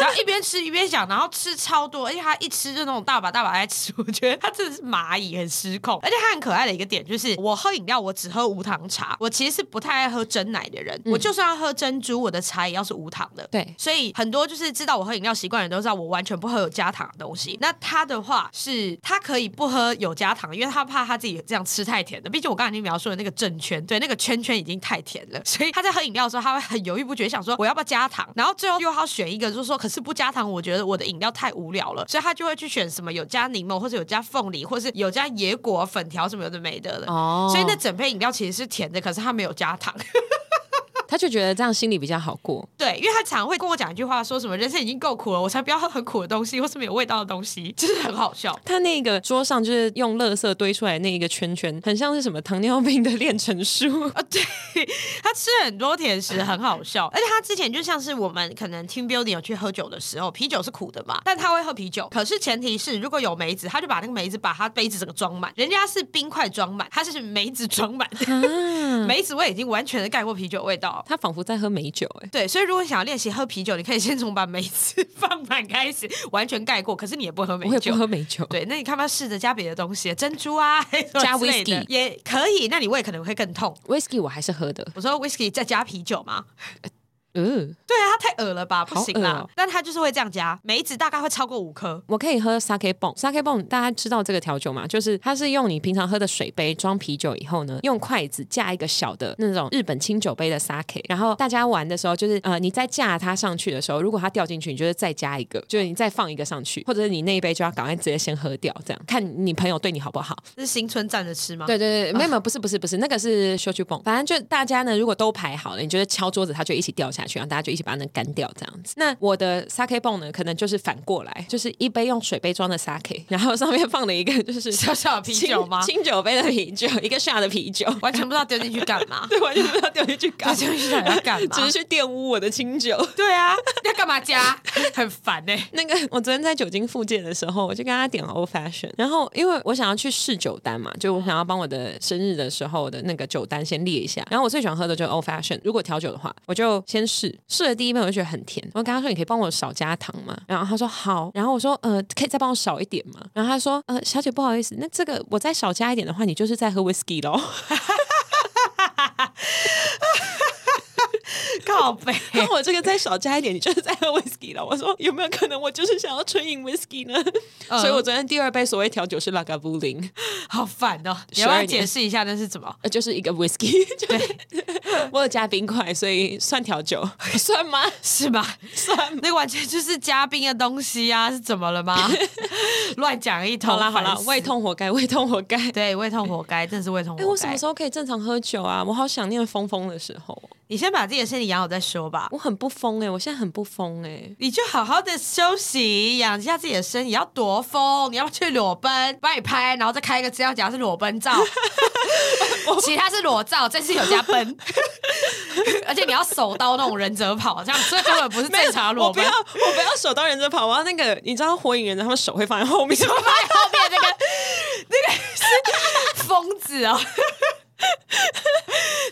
[SPEAKER 1] 然后一边吃一边想，然后吃超多，而且他一吃就那种大把大把在吃。 [laughs] 我觉得他真的是蚂蚁，很失控。而且他很可爱的一个点就是，我喝饮料我只喝无糖茶，我其实是不太爱喝真奶的人，我就算要喝珍珠，我的茶也要是无糖的。
[SPEAKER 2] 对
[SPEAKER 1] 所以很多就是知道我喝饮料习惯的人都知道，我完全不喝有加糖的东西。那他的话是，他可以不喝有加糖，因为他怕他自己这样吃太甜的。毕竟我刚才已经描述了那个正圈，对，那个圈圈已经太甜了， [laughs] 所以他在喝饮料的时候，他会很犹豫不决，想说我要不要加糖，然后最后又要选一个，就是说，可是不加糖，我觉得我的饮料太无聊了，所以他就会去选什么有加柠檬，或者有加凤梨，或是有加野果粉条什么有的没的的。
[SPEAKER 2] 哦
[SPEAKER 1] 所以那整杯饮料其实是甜的，可是它没有加糖。
[SPEAKER 2] 他就觉得这样心里比较好过。
[SPEAKER 1] 对，因为他常会跟我讲一句话，说什么人生已经够苦了，我才不要喝很苦的东西，或是没有味道的东西，就是很好笑。
[SPEAKER 2] 他那个桌上就是用垃圾堆出来那一个圈圈，很像是什么糖尿病的炼成术。
[SPEAKER 1] 啊，对，他吃很多甜食，很好笑。而且他之前就像是我们可能 team building 有去喝酒的时候，啤酒是苦的嘛，但他会喝啤酒，可是前提是如果有梅子，他就把那个梅子把他杯子整个装满，人家是冰块装满，他是梅子装满，
[SPEAKER 2] 嗯啊
[SPEAKER 1] 梅子味已经完全的盖过啤酒味道了。
[SPEAKER 2] [laughs] 他仿佛在喝美酒、哎，
[SPEAKER 1] 对，所以如果想要练习喝啤酒，你可以先从把梅子 [laughs] 放满开始，完全盖过。可是你也不喝梅
[SPEAKER 2] 我也
[SPEAKER 1] 酒
[SPEAKER 2] 不，喝美酒。
[SPEAKER 1] 对，那你看不要试着加别的东西，珍珠啊，还有什么
[SPEAKER 2] 加
[SPEAKER 1] 之类的
[SPEAKER 2] whisky
[SPEAKER 1] 也可以，那你胃可能会更痛。
[SPEAKER 2] Whisky 我还是喝的，
[SPEAKER 1] 我说 whisky 再加啤酒嘛，
[SPEAKER 2] 嗯，
[SPEAKER 1] 对啊，它太恶了吧，不
[SPEAKER 2] 好
[SPEAKER 1] 行啦。
[SPEAKER 2] 恶哦
[SPEAKER 1] 但它就是会这样加，梅子大概会超过五颗。
[SPEAKER 2] 我可以喝 sake bomb。sake bomb 大家知道这个调酒吗？就是它是用你平常喝的水杯装啤酒以后呢，用筷子架一个小的那种日本清酒杯的 sake，然后大家玩的时候就是呃，你再架它上去的时候，如果它掉进去，你就是再加一个，就是你再放一个上去，或者是你那一杯就要赶快直接先喝掉，这样看你朋友对你好不好。
[SPEAKER 1] 这是新村站着吃吗？，
[SPEAKER 2] 对对对，没有
[SPEAKER 1] 啊
[SPEAKER 2] 没有，不是不是不是，那个是 s h o c h u b o n 反正就大家呢，如果都排好了，你就是敲桌子，它就一起掉下去，然后大家就一起把那个干掉这样子。那我的 sake b o n 呢，可能就是反过来，就是一杯用水杯装的 sake，然 [laughs] 后上面放了一个就是
[SPEAKER 1] 小小的啤酒吗
[SPEAKER 2] 清清酒杯的啤酒，一个下的啤酒，。
[SPEAKER 1] 完全不知道丢进去干嘛
[SPEAKER 2] 对，完全不知道丢进去干
[SPEAKER 1] [laughs] 丢进去到底要干嘛
[SPEAKER 2] [laughs] 只是去玷污我的清酒。
[SPEAKER 1] 对
[SPEAKER 2] [laughs]
[SPEAKER 1] 啊，要干嘛加？很烦欸呢、
[SPEAKER 2] 那个我昨天在酒精复健的时候，我就跟他点了 old fashion，然后因为我想要去试酒单嘛，就我想要帮我的生日的时候的那个酒单先列一下。然后我最喜欢喝的就是 old fashion，如果调酒的话，我就先试。试了第一杯我就觉得很甜，我跟他说你可以帮我少加糖吗？然后他说好，然后我说呃可以再帮我少一点吗？然后他说呃小姐不好意思，那这个我再少加一点的话，你就是在喝 whisky 咯。 [laughs]
[SPEAKER 1] 靠背。
[SPEAKER 2] 那我这个再少加一点，你就是在喝 whisky 了。我说有没有可能我就是想要纯饮 whisky 呢？所以我昨天第二杯所谓调酒是 Lagavulin。
[SPEAKER 1] 好烦哦！你
[SPEAKER 2] 12
[SPEAKER 1] 要不要
[SPEAKER 2] 年
[SPEAKER 1] 解释一下那是怎么？
[SPEAKER 2] 呃，就是一个 whisky，就是我有加冰块，所以算调酒， [laughs] 算吗？
[SPEAKER 1] 是吗？
[SPEAKER 2] 算。
[SPEAKER 1] 那完全就是加冰的东西啊，是怎么了吗？乱讲一通。
[SPEAKER 2] [laughs] 好啦好啦
[SPEAKER 1] 烦，死
[SPEAKER 2] 胃痛活该，胃痛活 [laughs] 该。哎、
[SPEAKER 1] 对胃痛活该，真的是胃痛活该。
[SPEAKER 2] 我什么时候可以正常喝酒啊？我好想念疯疯的时候哦，
[SPEAKER 1] 你先把自己的身体养好再说吧。
[SPEAKER 2] 我很不疯哎、我现在很不疯哎、
[SPEAKER 1] 你就好好的休息，养一下自己的身体，要多疯，你要不要去裸奔，帮你拍，然后再开一个资料夹是裸奔照， [laughs] 其他是裸照，这次有加 [laughs] 奔，而且你要手刀那种忍者跑，这样所以根本不是正常的裸
[SPEAKER 2] 我不
[SPEAKER 1] 奔
[SPEAKER 2] 要，。我不要手刀忍者跑，我要那个，你知道火影忍者他们手会放在后面吗？
[SPEAKER 1] 放在后面那个那个是疯子 [laughs] 哦。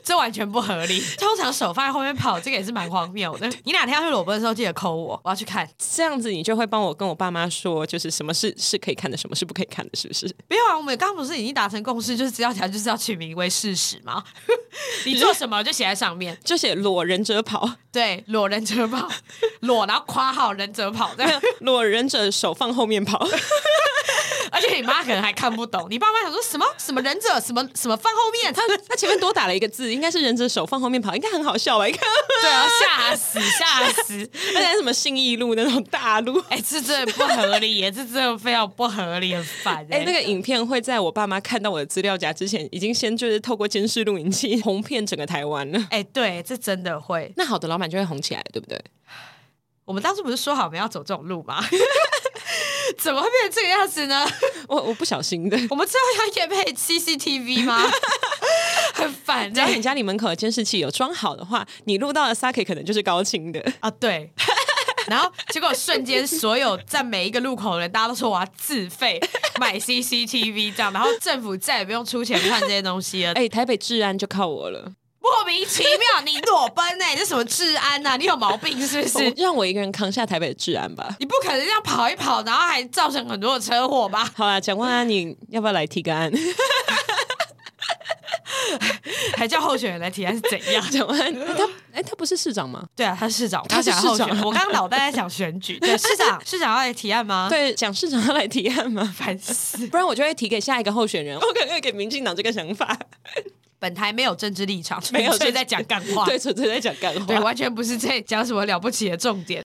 [SPEAKER 1] 这完全不合理。通常手放在后面跑，这个也是蛮荒谬的。你哪天要去裸奔的时候，记得扣我，我要去看。
[SPEAKER 2] [laughs] 这样子你就会帮我跟我爸妈说，就是什么是是可以看的，什么是不可以看的，是不是？
[SPEAKER 1] 没有啊，我们刚刚不是已经达成共识，就是资料条就是要取名为事实吗？你做什么就写在上面，
[SPEAKER 2] 就写裸忍者跑， [laughs]
[SPEAKER 1] 对，裸忍者跑，裸，然后夸好忍者跑这样， [laughs]
[SPEAKER 2] 裸忍者手放后面跑。
[SPEAKER 1] 而且你妈可能还看不懂，你爸妈想说什么什么忍者什么什么放后面，他
[SPEAKER 2] 他前面多打了一个字，应该是忍者手放后面跑，应该很好笑 [laughs] 吧？你看，
[SPEAKER 1] 对啊，吓死吓死，
[SPEAKER 2] 而且还是什么信义路那种大路。
[SPEAKER 1] [laughs] 哎、这真的不合理耶，这真的非常不合理，很烦 [laughs]
[SPEAKER 2] 哎、
[SPEAKER 1] 哎、
[SPEAKER 2] 那个影片会在我爸妈看到我的资料夹之前，已经先就是透过监视录影器 [laughs] 红遍整个台湾了。
[SPEAKER 1] 哎、对，这真的会。
[SPEAKER 2] 那好的老板就会红起来，对不对？
[SPEAKER 1] 我们当初不是说好我们要走这种路吗？ [laughs] 怎么会变成这个样子呢？ [laughs]
[SPEAKER 2] 我我不小心 [laughs] 的，
[SPEAKER 1] 我们之后要也配 CCTV 吗？ [laughs] 很烦欸
[SPEAKER 2] 只
[SPEAKER 1] 的、
[SPEAKER 2] 要你家里门口的监视器有装好的话，你录到的 Saki 可能就是高清的。
[SPEAKER 1] 啊，对。然后结果瞬间所有在每一个路口的人，大家都说我要自费买 CCTV 这样，然后政府再也不用出钱看这些东西了。
[SPEAKER 2] 哎、台北治安就靠我了，
[SPEAKER 1] 莫名其妙，你裸奔 [laughs] 哎、欸，这什么治安呐、啊？你有毛病是不
[SPEAKER 2] 我
[SPEAKER 1] 是？
[SPEAKER 2] 让我一个人扛下台北的治安吧。
[SPEAKER 1] 你不可能这样跑一跑，然后还造成很多的车祸吧？ [laughs]
[SPEAKER 2] 好啦，蒋万安，你要不要来提个案？ [laughs]
[SPEAKER 1] 还叫候选人来提案是怎样？
[SPEAKER 2] 蒋万安，他哎、他不是市长吗？
[SPEAKER 1] [laughs] 对啊，他是市长，
[SPEAKER 2] 他是
[SPEAKER 1] 讲候选
[SPEAKER 2] 市
[SPEAKER 1] 人。
[SPEAKER 2] 长
[SPEAKER 1] 我刚刚脑袋在想选举， [laughs] 对市长，市长要来提案 [laughs] 吗？，
[SPEAKER 2] 对，蒋市长要来提案吗？
[SPEAKER 1] 烦死！
[SPEAKER 2] 不然我就会提给下一个候选人， [laughs] 我可能会给民进党这个想法。
[SPEAKER 1] 本台没有政治立场，
[SPEAKER 2] 没有
[SPEAKER 1] 所以在讲干话。
[SPEAKER 2] 对，纯粹在讲干
[SPEAKER 1] 对，
[SPEAKER 2] 话。
[SPEAKER 1] 完全不是在讲什么了不起的重点。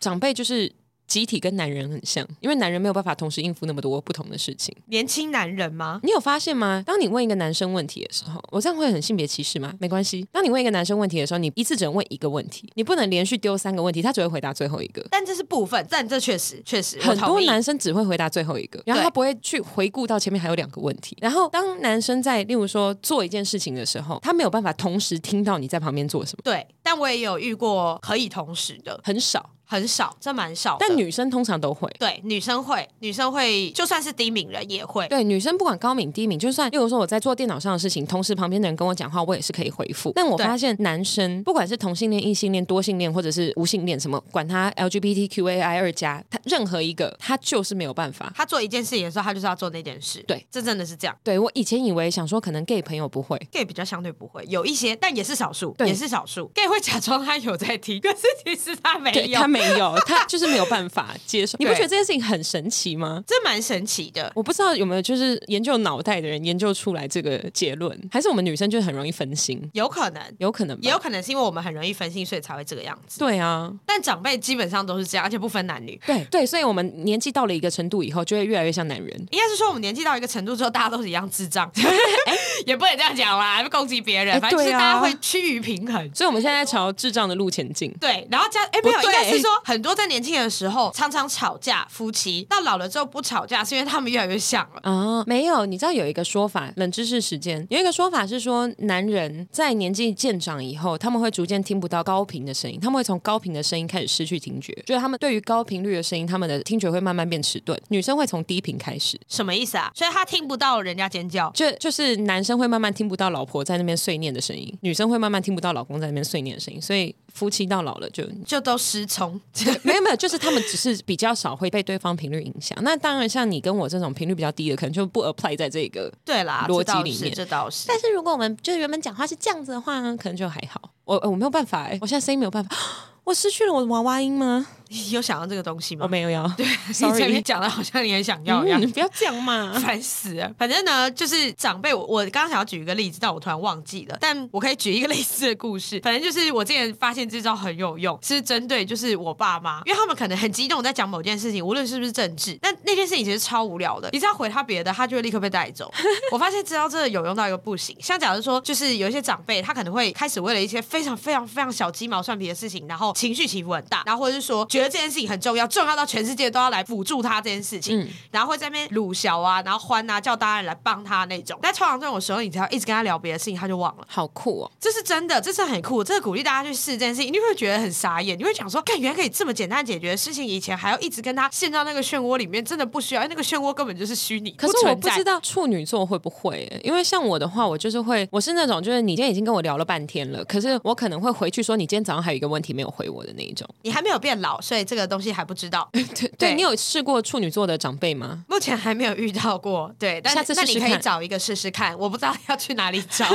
[SPEAKER 2] 长辈就是集体跟男人很像，因为男人没有办法同时应付那么多不同的事情。
[SPEAKER 1] 年轻男人吗？
[SPEAKER 2] 你有发现吗？当你问一个男生问题的时候，我这样会很性别歧视吗？没关系。当你问一个男生问题的时候，你一次只能问一个问题，你不能连续丢三个问题，他只会回答最后一个。
[SPEAKER 1] 但这是部分，但这确实确实
[SPEAKER 2] 很多
[SPEAKER 1] 男
[SPEAKER 2] 男生只会回答最后一个，然后他
[SPEAKER 1] 对
[SPEAKER 2] 不会去回顾到前面还有两个问题。然后当男生在例如说做一件事情的时候，他没有办法同时听到你在旁边做什么，
[SPEAKER 1] 对，但我也有遇过可以同时的，
[SPEAKER 2] 很少。
[SPEAKER 1] 很少，这蛮少的。
[SPEAKER 2] 但女生通常都会。
[SPEAKER 1] 对女生会，女生会就算是低敏人也会。
[SPEAKER 2] 对女生不管高敏低敏，就算例如说我在做电脑上的事情，同时旁边的人跟我讲话，我也是可以回复。但我
[SPEAKER 1] 对
[SPEAKER 2] 发现男生不管是同性恋、异性恋、多性恋或者是无性恋，什么管他 LGBTQAI 二加，他任何一个他就是没有办法。
[SPEAKER 1] 他做一件事情的时候，他就是要做那件事。
[SPEAKER 2] 对，
[SPEAKER 1] 这真的是这样。
[SPEAKER 2] 对我以前以为想说可能 gay 朋友不会，
[SPEAKER 1] gay 比较相对不会，有一些，但也是少数，
[SPEAKER 2] 对
[SPEAKER 1] 也是少数。gay 会假装他有在听，可是其实他没
[SPEAKER 2] 对
[SPEAKER 1] 哎有
[SPEAKER 2] 他，没有，他就是没有办法
[SPEAKER 1] [laughs]
[SPEAKER 2] 接受。你不
[SPEAKER 1] 对
[SPEAKER 2] 觉得这件事情很神奇吗？
[SPEAKER 1] 这蛮神奇的。
[SPEAKER 2] 我不知道有没有就是研究脑袋的人研究出来这个结论，还是我们女生就是很容易分心，
[SPEAKER 1] 有可能，
[SPEAKER 2] 有可能吧
[SPEAKER 1] 也有可能是因为我们很容易分心，所以才会这个样子。
[SPEAKER 2] 对啊，
[SPEAKER 1] 但长辈基本上都是这样，而且不分男女。
[SPEAKER 2] 对对，所以我们年纪到了一个程度以后，就会越来越像男人。
[SPEAKER 1] 应该是说我们年纪到一个程度之后，大家都是一样智
[SPEAKER 2] [laughs]
[SPEAKER 1] 障， [laughs] 也不能这样讲啦，攻击别人，
[SPEAKER 2] 哎
[SPEAKER 1] 反正就是
[SPEAKER 2] 对啊
[SPEAKER 1] 大家会趋于平衡。
[SPEAKER 2] 所以我们现在朝智障的路前进。
[SPEAKER 1] 对，然后加哎没有，
[SPEAKER 2] 不
[SPEAKER 1] 应
[SPEAKER 2] 对
[SPEAKER 1] 该是说很多在年轻的时候常常吵架，夫妻到老了之后不吵架，是因为他们越来越像了。
[SPEAKER 2] 啊、没有，你知道有一个说法，冷知识时间有一个说法是说，男人在年纪渐长以后，他们会逐渐听不到高频的声音，他们会从高频的声音开始失去听觉，就是他们对于高频率的声音，他们的听觉会慢慢变迟钝。女生会从低频开始，
[SPEAKER 1] 什么意思啊？所以他听不到人家尖叫，
[SPEAKER 2] 就就是男生会慢慢听不到老婆在那边碎念的声音，女生会慢慢听不到老公在那边碎念的声音，所以夫妻到老了就
[SPEAKER 1] 就都失聪。 [laughs]
[SPEAKER 2] [laughs] 没有没有，就是他们只是比较少会被对方频率影响。那当然，像你跟我这种频率比较低的，可能就不 apply 在这个。
[SPEAKER 1] 对啦，
[SPEAKER 2] 逻
[SPEAKER 1] 这倒
[SPEAKER 2] 辑里
[SPEAKER 1] 是，
[SPEAKER 2] 面
[SPEAKER 1] 这倒是。
[SPEAKER 2] [laughs] 但是如果我们就是原本讲话是这样子的话，可能就还好。我呃我没有办法、欸，我现在声音没有办法， [gasps] 我失去了我的娃娃音 [laughs] 吗？
[SPEAKER 1] 你有想到这个东西
[SPEAKER 2] 我
[SPEAKER 1] 吗？
[SPEAKER 2] 哦没有要，对
[SPEAKER 1] [laughs] 你这
[SPEAKER 2] ，sorry，
[SPEAKER 1] 边讲的好像你很想要一样
[SPEAKER 2] [laughs] 嗯，你。不要这样
[SPEAKER 1] [laughs]
[SPEAKER 2] 嘛。
[SPEAKER 1] 烦死了！反正呢，就是长辈，我我刚刚想要举一个例子，但我突然忘记了。但我可以举一个类似的故事。反正就是我之前发现这招很有用，是针对就是我爸妈，因为他们可能很激动在讲某件事情，无论是不是政治，但那件事情其实超无聊的。你只要回他别的，他就会立刻被带走。我发现这招真的有用到一个不行。像假如说，就是有一些长辈，他可能会开始为了一些非常非常非常小鸡毛蒜皮的事情，然后情绪起伏很大，然后或者是说觉得这件事情很重要，重要到全世界都要来辅助他这件事
[SPEAKER 2] 嗯
[SPEAKER 1] 情。然后会在那边鲁小啊，然后欢啊，叫大家人来帮他那种。但通常这种时候，你只要一直跟他聊别的事情，他就忘了。
[SPEAKER 2] 好酷哦！
[SPEAKER 1] 这是真的，这是很酷，这个鼓励大家去试这件事情，你会觉得很傻眼，你会想说，看原来可以这么简单解决的事情，以前还要一直跟他陷到那个漩涡里面，真的不需要，因哎为那个漩涡根本就是虚拟，
[SPEAKER 2] 可是我
[SPEAKER 1] 存
[SPEAKER 2] 不
[SPEAKER 1] 在
[SPEAKER 2] 知道处女座会不会、欸，因为像我的话，我就是会，我是那种就是你今天已经跟我聊了半天了，可是我可能会回去说你今天早上还有一个问题没有回我的那一种。
[SPEAKER 1] 你还没有变老，所以这个东西还不知道。
[SPEAKER 2] 对，
[SPEAKER 1] 对
[SPEAKER 2] 对你有试过处女座的长辈吗？ [laughs]
[SPEAKER 1] 目前还没有遇到过，对，但
[SPEAKER 2] 下次
[SPEAKER 1] 那
[SPEAKER 2] 试
[SPEAKER 1] 你
[SPEAKER 2] 试
[SPEAKER 1] 可以
[SPEAKER 2] 看
[SPEAKER 1] 找一个试试看，我不知道要去哪里
[SPEAKER 2] [laughs]
[SPEAKER 1] 找。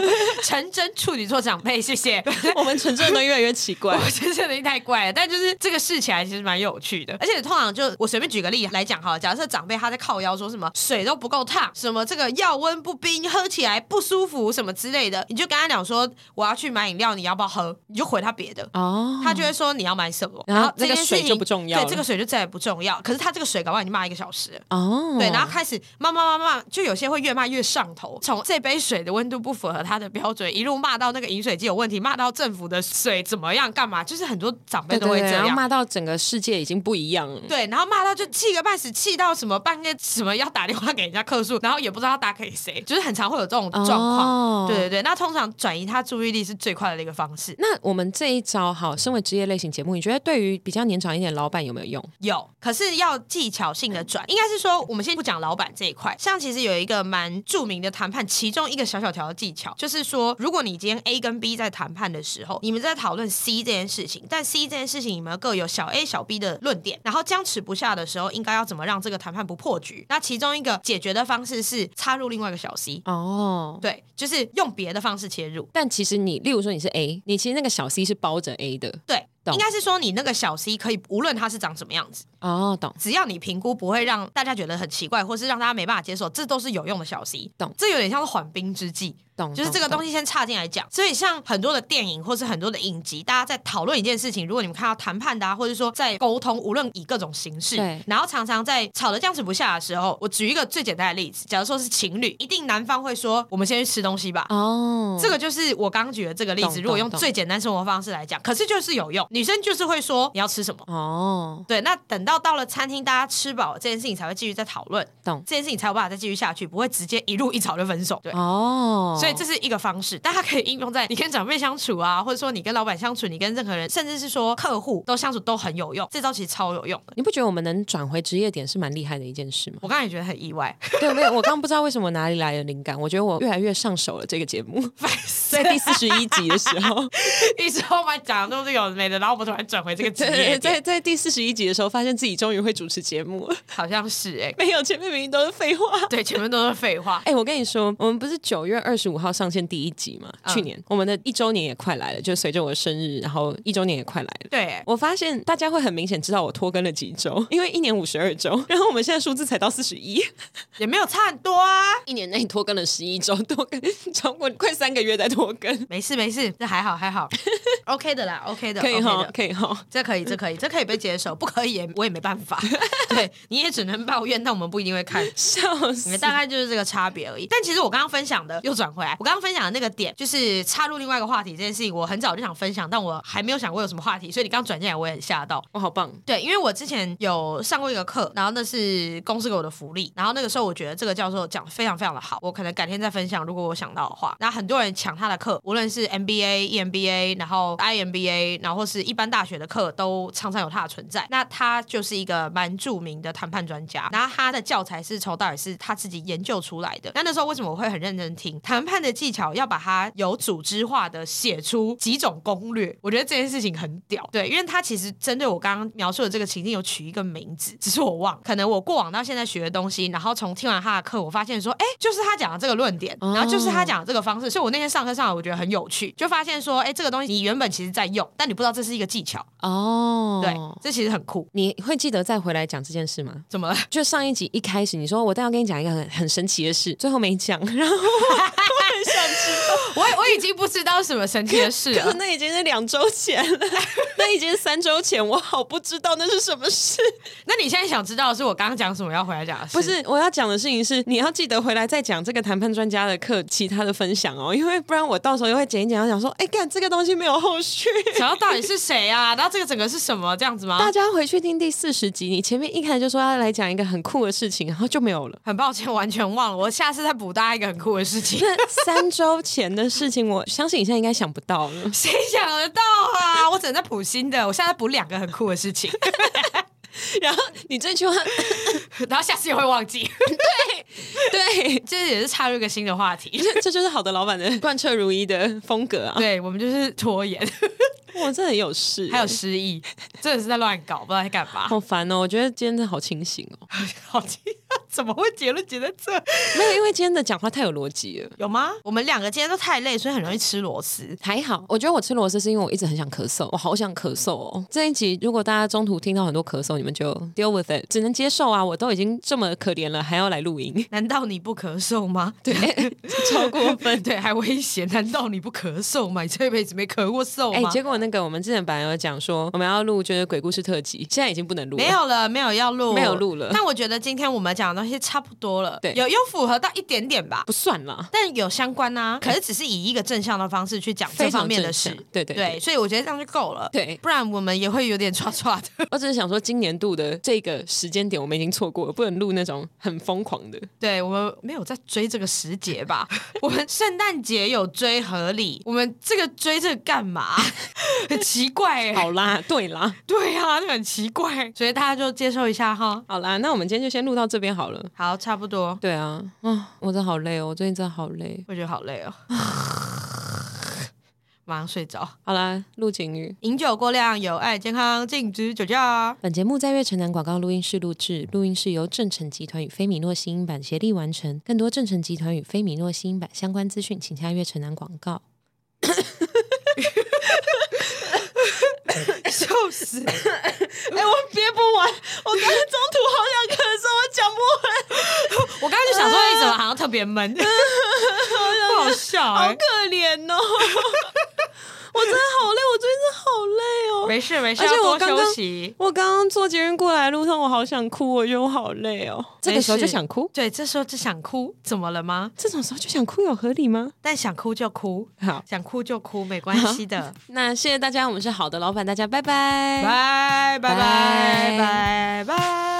[SPEAKER 1] 成真处女座长辈，谢谢。
[SPEAKER 2] 我们成真的都越来越奇怪
[SPEAKER 1] 我觉得这东西太怪了，但就是这个试起来其实蛮有趣的，而且通常就我随便举个例来讲哈，假设长辈他在靠腰说什么水都不够烫，什么这个药温不冰，喝起来不舒服什么之类的，你就跟他讲说我要去买饮料，你要不要喝？你就回他别的，
[SPEAKER 2] 哦。
[SPEAKER 1] 他就会说你要买什么，
[SPEAKER 2] 然后
[SPEAKER 1] 这
[SPEAKER 2] 嗯那个
[SPEAKER 1] 件事
[SPEAKER 2] 水
[SPEAKER 1] 情
[SPEAKER 2] 就不重要了
[SPEAKER 1] 对，这个水就再也不重要。可是他这个水搞不好已经骂一个小时了。
[SPEAKER 2] 哦，
[SPEAKER 1] 对，然后开始骂骂骂骂，就有些会越骂越上头，从这杯水的温度不符合他的标准，一路骂到那个饮水机有问题，骂到政府的水怎么样干嘛，就是很多长辈
[SPEAKER 2] 对
[SPEAKER 1] 都
[SPEAKER 2] 对
[SPEAKER 1] 会
[SPEAKER 2] 对，
[SPEAKER 1] 这
[SPEAKER 2] 然后
[SPEAKER 1] 样。
[SPEAKER 2] 骂到整个世界已经不一样了。
[SPEAKER 1] 对，然后骂到就气个半死，气到什么半夜什么要打电话给人家客诉，然后也不知道要打给谁，就是很常会有这种状况。
[SPEAKER 2] 哦
[SPEAKER 1] 对对对，那通常转移他注意力是最快乐的一个方式。
[SPEAKER 2] 那我们这一招好，身为职业类型节目，你觉得对于比较年长一点的老板有没有用？
[SPEAKER 1] 有，可是要技巧性的转，应该是说我们先不讲老板这一块，像其实有一个蛮著名的谈判，其中一个小小条的技巧，就是说，如果你今天 A 跟 B 在谈判的时候，你们在讨论 C 这件事情，但 C 这件事情你们各有小 A 小 B 的论点，然后僵持不下的时候，应该要怎么让这个谈判不破局？那其中一个解决的方式是插入另外一个小 C，
[SPEAKER 2] 哦。
[SPEAKER 1] 对，就是用别的方式切入。
[SPEAKER 2] 但其实你，例如说你是 A，你其实那个小 C 是包着 A 的
[SPEAKER 1] 对，
[SPEAKER 2] 懂
[SPEAKER 1] 应该是说你那个小 C 可以，无论它是长什么样子，
[SPEAKER 2] 哦，懂
[SPEAKER 1] 只要你评估不会让大家觉得很奇怪，或是让大家没办法接受，这都是有用的小 C。
[SPEAKER 2] 懂嗯
[SPEAKER 1] 这有点像是缓兵之计，
[SPEAKER 2] 懂，
[SPEAKER 1] 就是这个东西先插进来讲。所以像很多的电影或是很多的影集，大家在讨论一件事情，如果你们看到谈判的、啊，或者说在沟通，无论以各种形式
[SPEAKER 2] 对，
[SPEAKER 1] 然后常常在吵得僵持不下的时候，我举一个最简单的例子，假如说是情侣，一定男方会说：“我们先去吃东西吧。”
[SPEAKER 2] 懂哦，
[SPEAKER 1] 这个就是我刚举的这个例
[SPEAKER 2] 懂
[SPEAKER 1] 子，如果用
[SPEAKER 2] 懂懂
[SPEAKER 1] 最简单生活方式来讲，可是就是有用。女生就是会说你要吃什么，
[SPEAKER 2] 哦
[SPEAKER 1] 对，那等到到了餐厅，大家吃饱这件事情才会继续再讨论，
[SPEAKER 2] 懂
[SPEAKER 1] 这件事情才有办法再继续下去，不会直接一路一吵就分手。对，
[SPEAKER 2] 哦，
[SPEAKER 1] 所以这是一个方式，但它可以应用在你跟长辈相处啊，或者说你跟老板相处，你跟任何人，甚至是说客户都相处都很有用。这招其实超有用的，
[SPEAKER 2] 你不觉得我们能转回职业点是蛮厉害的一件 [laughs] 事吗？
[SPEAKER 1] 我刚才也觉得很意外，
[SPEAKER 2] 对，没有，我刚刚不知道为什么哪里来的灵感，我觉得我越来越上手了这个节目，在第四十一集的时候，
[SPEAKER 1] 一直后面讲的都是有的没的，然后我们突然转回这个职业
[SPEAKER 2] 对，在
[SPEAKER 1] 点，
[SPEAKER 2] 在第四十一集的时候，发现自己终于会主持节目了， [laughs]
[SPEAKER 1] 好像是哎、
[SPEAKER 2] 没有前面明明都是废话。
[SPEAKER 1] 对，前面都是废话。
[SPEAKER 2] 哎、我跟你说，我们不是九月二十五号上线第一集嘛？去年我们的一周年也快来了，就随着我生日，然后一周年也快来了。
[SPEAKER 1] 对，
[SPEAKER 2] 我发现大家会很明显知道我拖更了几周， [laughs] 因为一年五十二周，然后我们现在数字才到四十一，
[SPEAKER 1] 也没有差很多啊。
[SPEAKER 2] 一年内拖更了十一周，多更 [laughs] 超过快三个月在拖更，
[SPEAKER 1] 没事没事，这还好还好，OK 的啦，OK 的，
[SPEAKER 2] [laughs] 可以
[SPEAKER 1] OK
[SPEAKER 2] 哈
[SPEAKER 1] 的，
[SPEAKER 2] 可以哈。
[SPEAKER 1] 这可以，这可以，这可以被接受，不可以也我也没办法。对，你也只能抱怨，但我们不一定会看。
[SPEAKER 2] 笑
[SPEAKER 1] 你
[SPEAKER 2] 死！
[SPEAKER 1] 们大概就是这个差别而已。但其实我刚刚分享的又转回来，我刚刚分享的那个点就是插入另外一个话题这件事情，我很早就想分享，但我还没有想过有什么话题，所以你刚转进来我也很吓到。
[SPEAKER 2] 我好棒，
[SPEAKER 1] 对，因为我之前有上过一个课，然后那是公司给我的福利，然后那个时候我觉得这个教授讲得非常非常的好，我可能改天再分享，如果我想到的话。那很多人抢他的课，无论是 MBA、EMBA，然后 IMBA，然后或是一般大学的课，都常常有他的存在。那他就是一个蛮著名的谈判专家，然后他的教材是从到底是他自己研究出来的。那那时候为什么我会很认真听谈判的技巧，要把它有组织化的写出几种攻略？我觉得这件事情很屌，对，因为他其实针对我刚刚描述的这个情境有取一个名字，只是我忘了，可能我过往到现在学的东西，然后从听完他的课，我发现说，哎，就是他讲的这个论点，
[SPEAKER 2] 哦
[SPEAKER 1] 然后就是他讲的这个方式，所以我那天上课上来，我觉得很有趣，就发现说，哎，这个东西你原本其实在用，但你不知道这是一个技巧，
[SPEAKER 2] 哦，
[SPEAKER 1] 对，这其实很酷。
[SPEAKER 2] 你会记得再回来讲这件事吗？
[SPEAKER 1] 怎么了？
[SPEAKER 2] 就上一集一开始，你说我但要跟你讲一个很很神奇的事，最后没 [laughs] 讲，然后我很想知道。
[SPEAKER 1] 我我已经不知道什么神奇的事
[SPEAKER 2] 可
[SPEAKER 1] 了
[SPEAKER 2] 是。那已经是两周前 [laughs] 了，那已经是三周前，我好不知道那 [laughs] 是什么事。
[SPEAKER 1] 那你现在想知道的是我刚刚讲什么要回来讲的事？
[SPEAKER 2] 不是，我要讲的事情是，你要记得回来再讲这个谈判专家的课其他的分享哦，因为不然我到时候又会剪一剪，然后想说，哎，干这个东西没有后 [laughs] 续。
[SPEAKER 1] 想要到底是谁啊？然后这个整个是什么这样子吗
[SPEAKER 2] 大？家回去听第四十集，你前面一开始就说要来讲一个很酷的事情，然后就没有了。
[SPEAKER 1] 很抱歉，完全忘了，我下次再补大家一个很酷的事情。 [laughs]
[SPEAKER 2] 那三周前的事情，我相信你现在应该想不到了。
[SPEAKER 1] 谁想得到啊？我只能再补新的，我下次补两个很酷的事 [laughs] 情，
[SPEAKER 2] [laughs] 然后你这句话，
[SPEAKER 1] 然后下次也会忘记。
[SPEAKER 2] [laughs] 对，
[SPEAKER 1] 这也是插入一个新的话题。
[SPEAKER 2] [laughs] 这就是好的老板的贯彻如一的风格啊！
[SPEAKER 1] 对我们就是拖延，
[SPEAKER 2] 我真的很有事，
[SPEAKER 1] 还有失忆，真的是在乱搞，不知道在干嘛。
[SPEAKER 2] 好烦哦！我觉得今天真的好清醒哦。
[SPEAKER 1] [laughs] 好气，怎么会结论结在这？
[SPEAKER 2] 没有，因为今天的讲话太有逻辑了。
[SPEAKER 1] 有吗？我们两个今天都太累，所以很容易吃螺丝。
[SPEAKER 2] 还好，我觉得我吃螺丝是因为我一直很想咳嗽，我好想咳嗽哦。这一集如果大家中途听到很多咳嗽，你们就 deal with it，只能接受啊。我都已经这么可怜了，还要来录 [laughs] 音，
[SPEAKER 1] 难道你不咳嗽
[SPEAKER 2] [laughs]
[SPEAKER 1] 吗？对，
[SPEAKER 2] 超过分。
[SPEAKER 1] 对，还威胁？难道你不咳嗽吗？你这辈子没咳过嗽
[SPEAKER 2] 哎、
[SPEAKER 1] 吗？
[SPEAKER 2] 结果那个我们之前本来有讲说我们要录就是鬼故事特辑，现在已经不能录了，
[SPEAKER 1] 没有了，没有要录，
[SPEAKER 2] 没有录了
[SPEAKER 1] 但我觉得今天我们讲的东西差不多了，
[SPEAKER 2] 对
[SPEAKER 1] 有有符合到一点点吧
[SPEAKER 2] 不，算啦。
[SPEAKER 1] 但有相关啊。可是只是以一个正向的方式去讲这
[SPEAKER 2] 非常
[SPEAKER 1] 方面的
[SPEAKER 2] 正
[SPEAKER 1] 事
[SPEAKER 2] 向，对
[SPEAKER 1] 对
[SPEAKER 2] 对对
[SPEAKER 1] 所以我觉得这样就够了。
[SPEAKER 2] 对
[SPEAKER 1] 不然我们也会有点刷刷
[SPEAKER 2] [laughs]
[SPEAKER 1] 的。
[SPEAKER 2] 我只是想说，今年度的这个时间点我们已经错过了，不能录那种很疯狂的。
[SPEAKER 1] 对我们没有在追这个时节
[SPEAKER 2] [laughs]
[SPEAKER 1] 吧？我们圣诞节有追合理，我们这个追这个干
[SPEAKER 2] [laughs]
[SPEAKER 1] 嘛？很奇怪、欸，
[SPEAKER 2] 好啦，对啦，
[SPEAKER 1] [laughs] 对啊，就很奇怪，所以大家就接受一下哈。
[SPEAKER 2] 好啦，那我们今天就先录到这边好了。
[SPEAKER 1] 好，差不多，
[SPEAKER 2] 对啊，啊，我真的好累哦，我最近真的好累。
[SPEAKER 1] 我觉得好累哦， [laughs] 马上睡着。
[SPEAKER 2] 好啦，陆景宇。
[SPEAKER 1] 饮酒过量有害健康，禁止酒驾。
[SPEAKER 2] 本节目在月城南广告录音室录制，录音室由正成集团与菲米诺新音版协力完成。更多正成集团与菲米诺新音版相关资讯，请洽月城南广告。
[SPEAKER 1] 笑死！
[SPEAKER 2] [laughs] 哎、我憋不完，我刚才中途好想咳嗽，我讲不完，
[SPEAKER 1] 我刚刚就想说，你怎么好像特别
[SPEAKER 2] [laughs]
[SPEAKER 1] 闷？不好笑哎、
[SPEAKER 2] 好可怜哦。 [laughs] 我真的好累，我最近真的好累哦。
[SPEAKER 1] 没事没事，
[SPEAKER 2] 而且
[SPEAKER 1] 要多
[SPEAKER 2] 我刚刚
[SPEAKER 1] 休息。
[SPEAKER 2] 我刚刚坐捷运过来的路上，我好想哭，我觉得我好累哦。这个时候就想哭，
[SPEAKER 1] 对，这时候就想哭，怎么了吗？
[SPEAKER 2] 这种时候就想哭，有合理吗？
[SPEAKER 1] 但想哭就哭，
[SPEAKER 2] 好，
[SPEAKER 1] 想哭就哭，没关系
[SPEAKER 2] [laughs]
[SPEAKER 1] 的。
[SPEAKER 2] 那谢谢大家，我们是好的老板，大家拜拜，
[SPEAKER 1] 拜拜拜拜拜。Oh.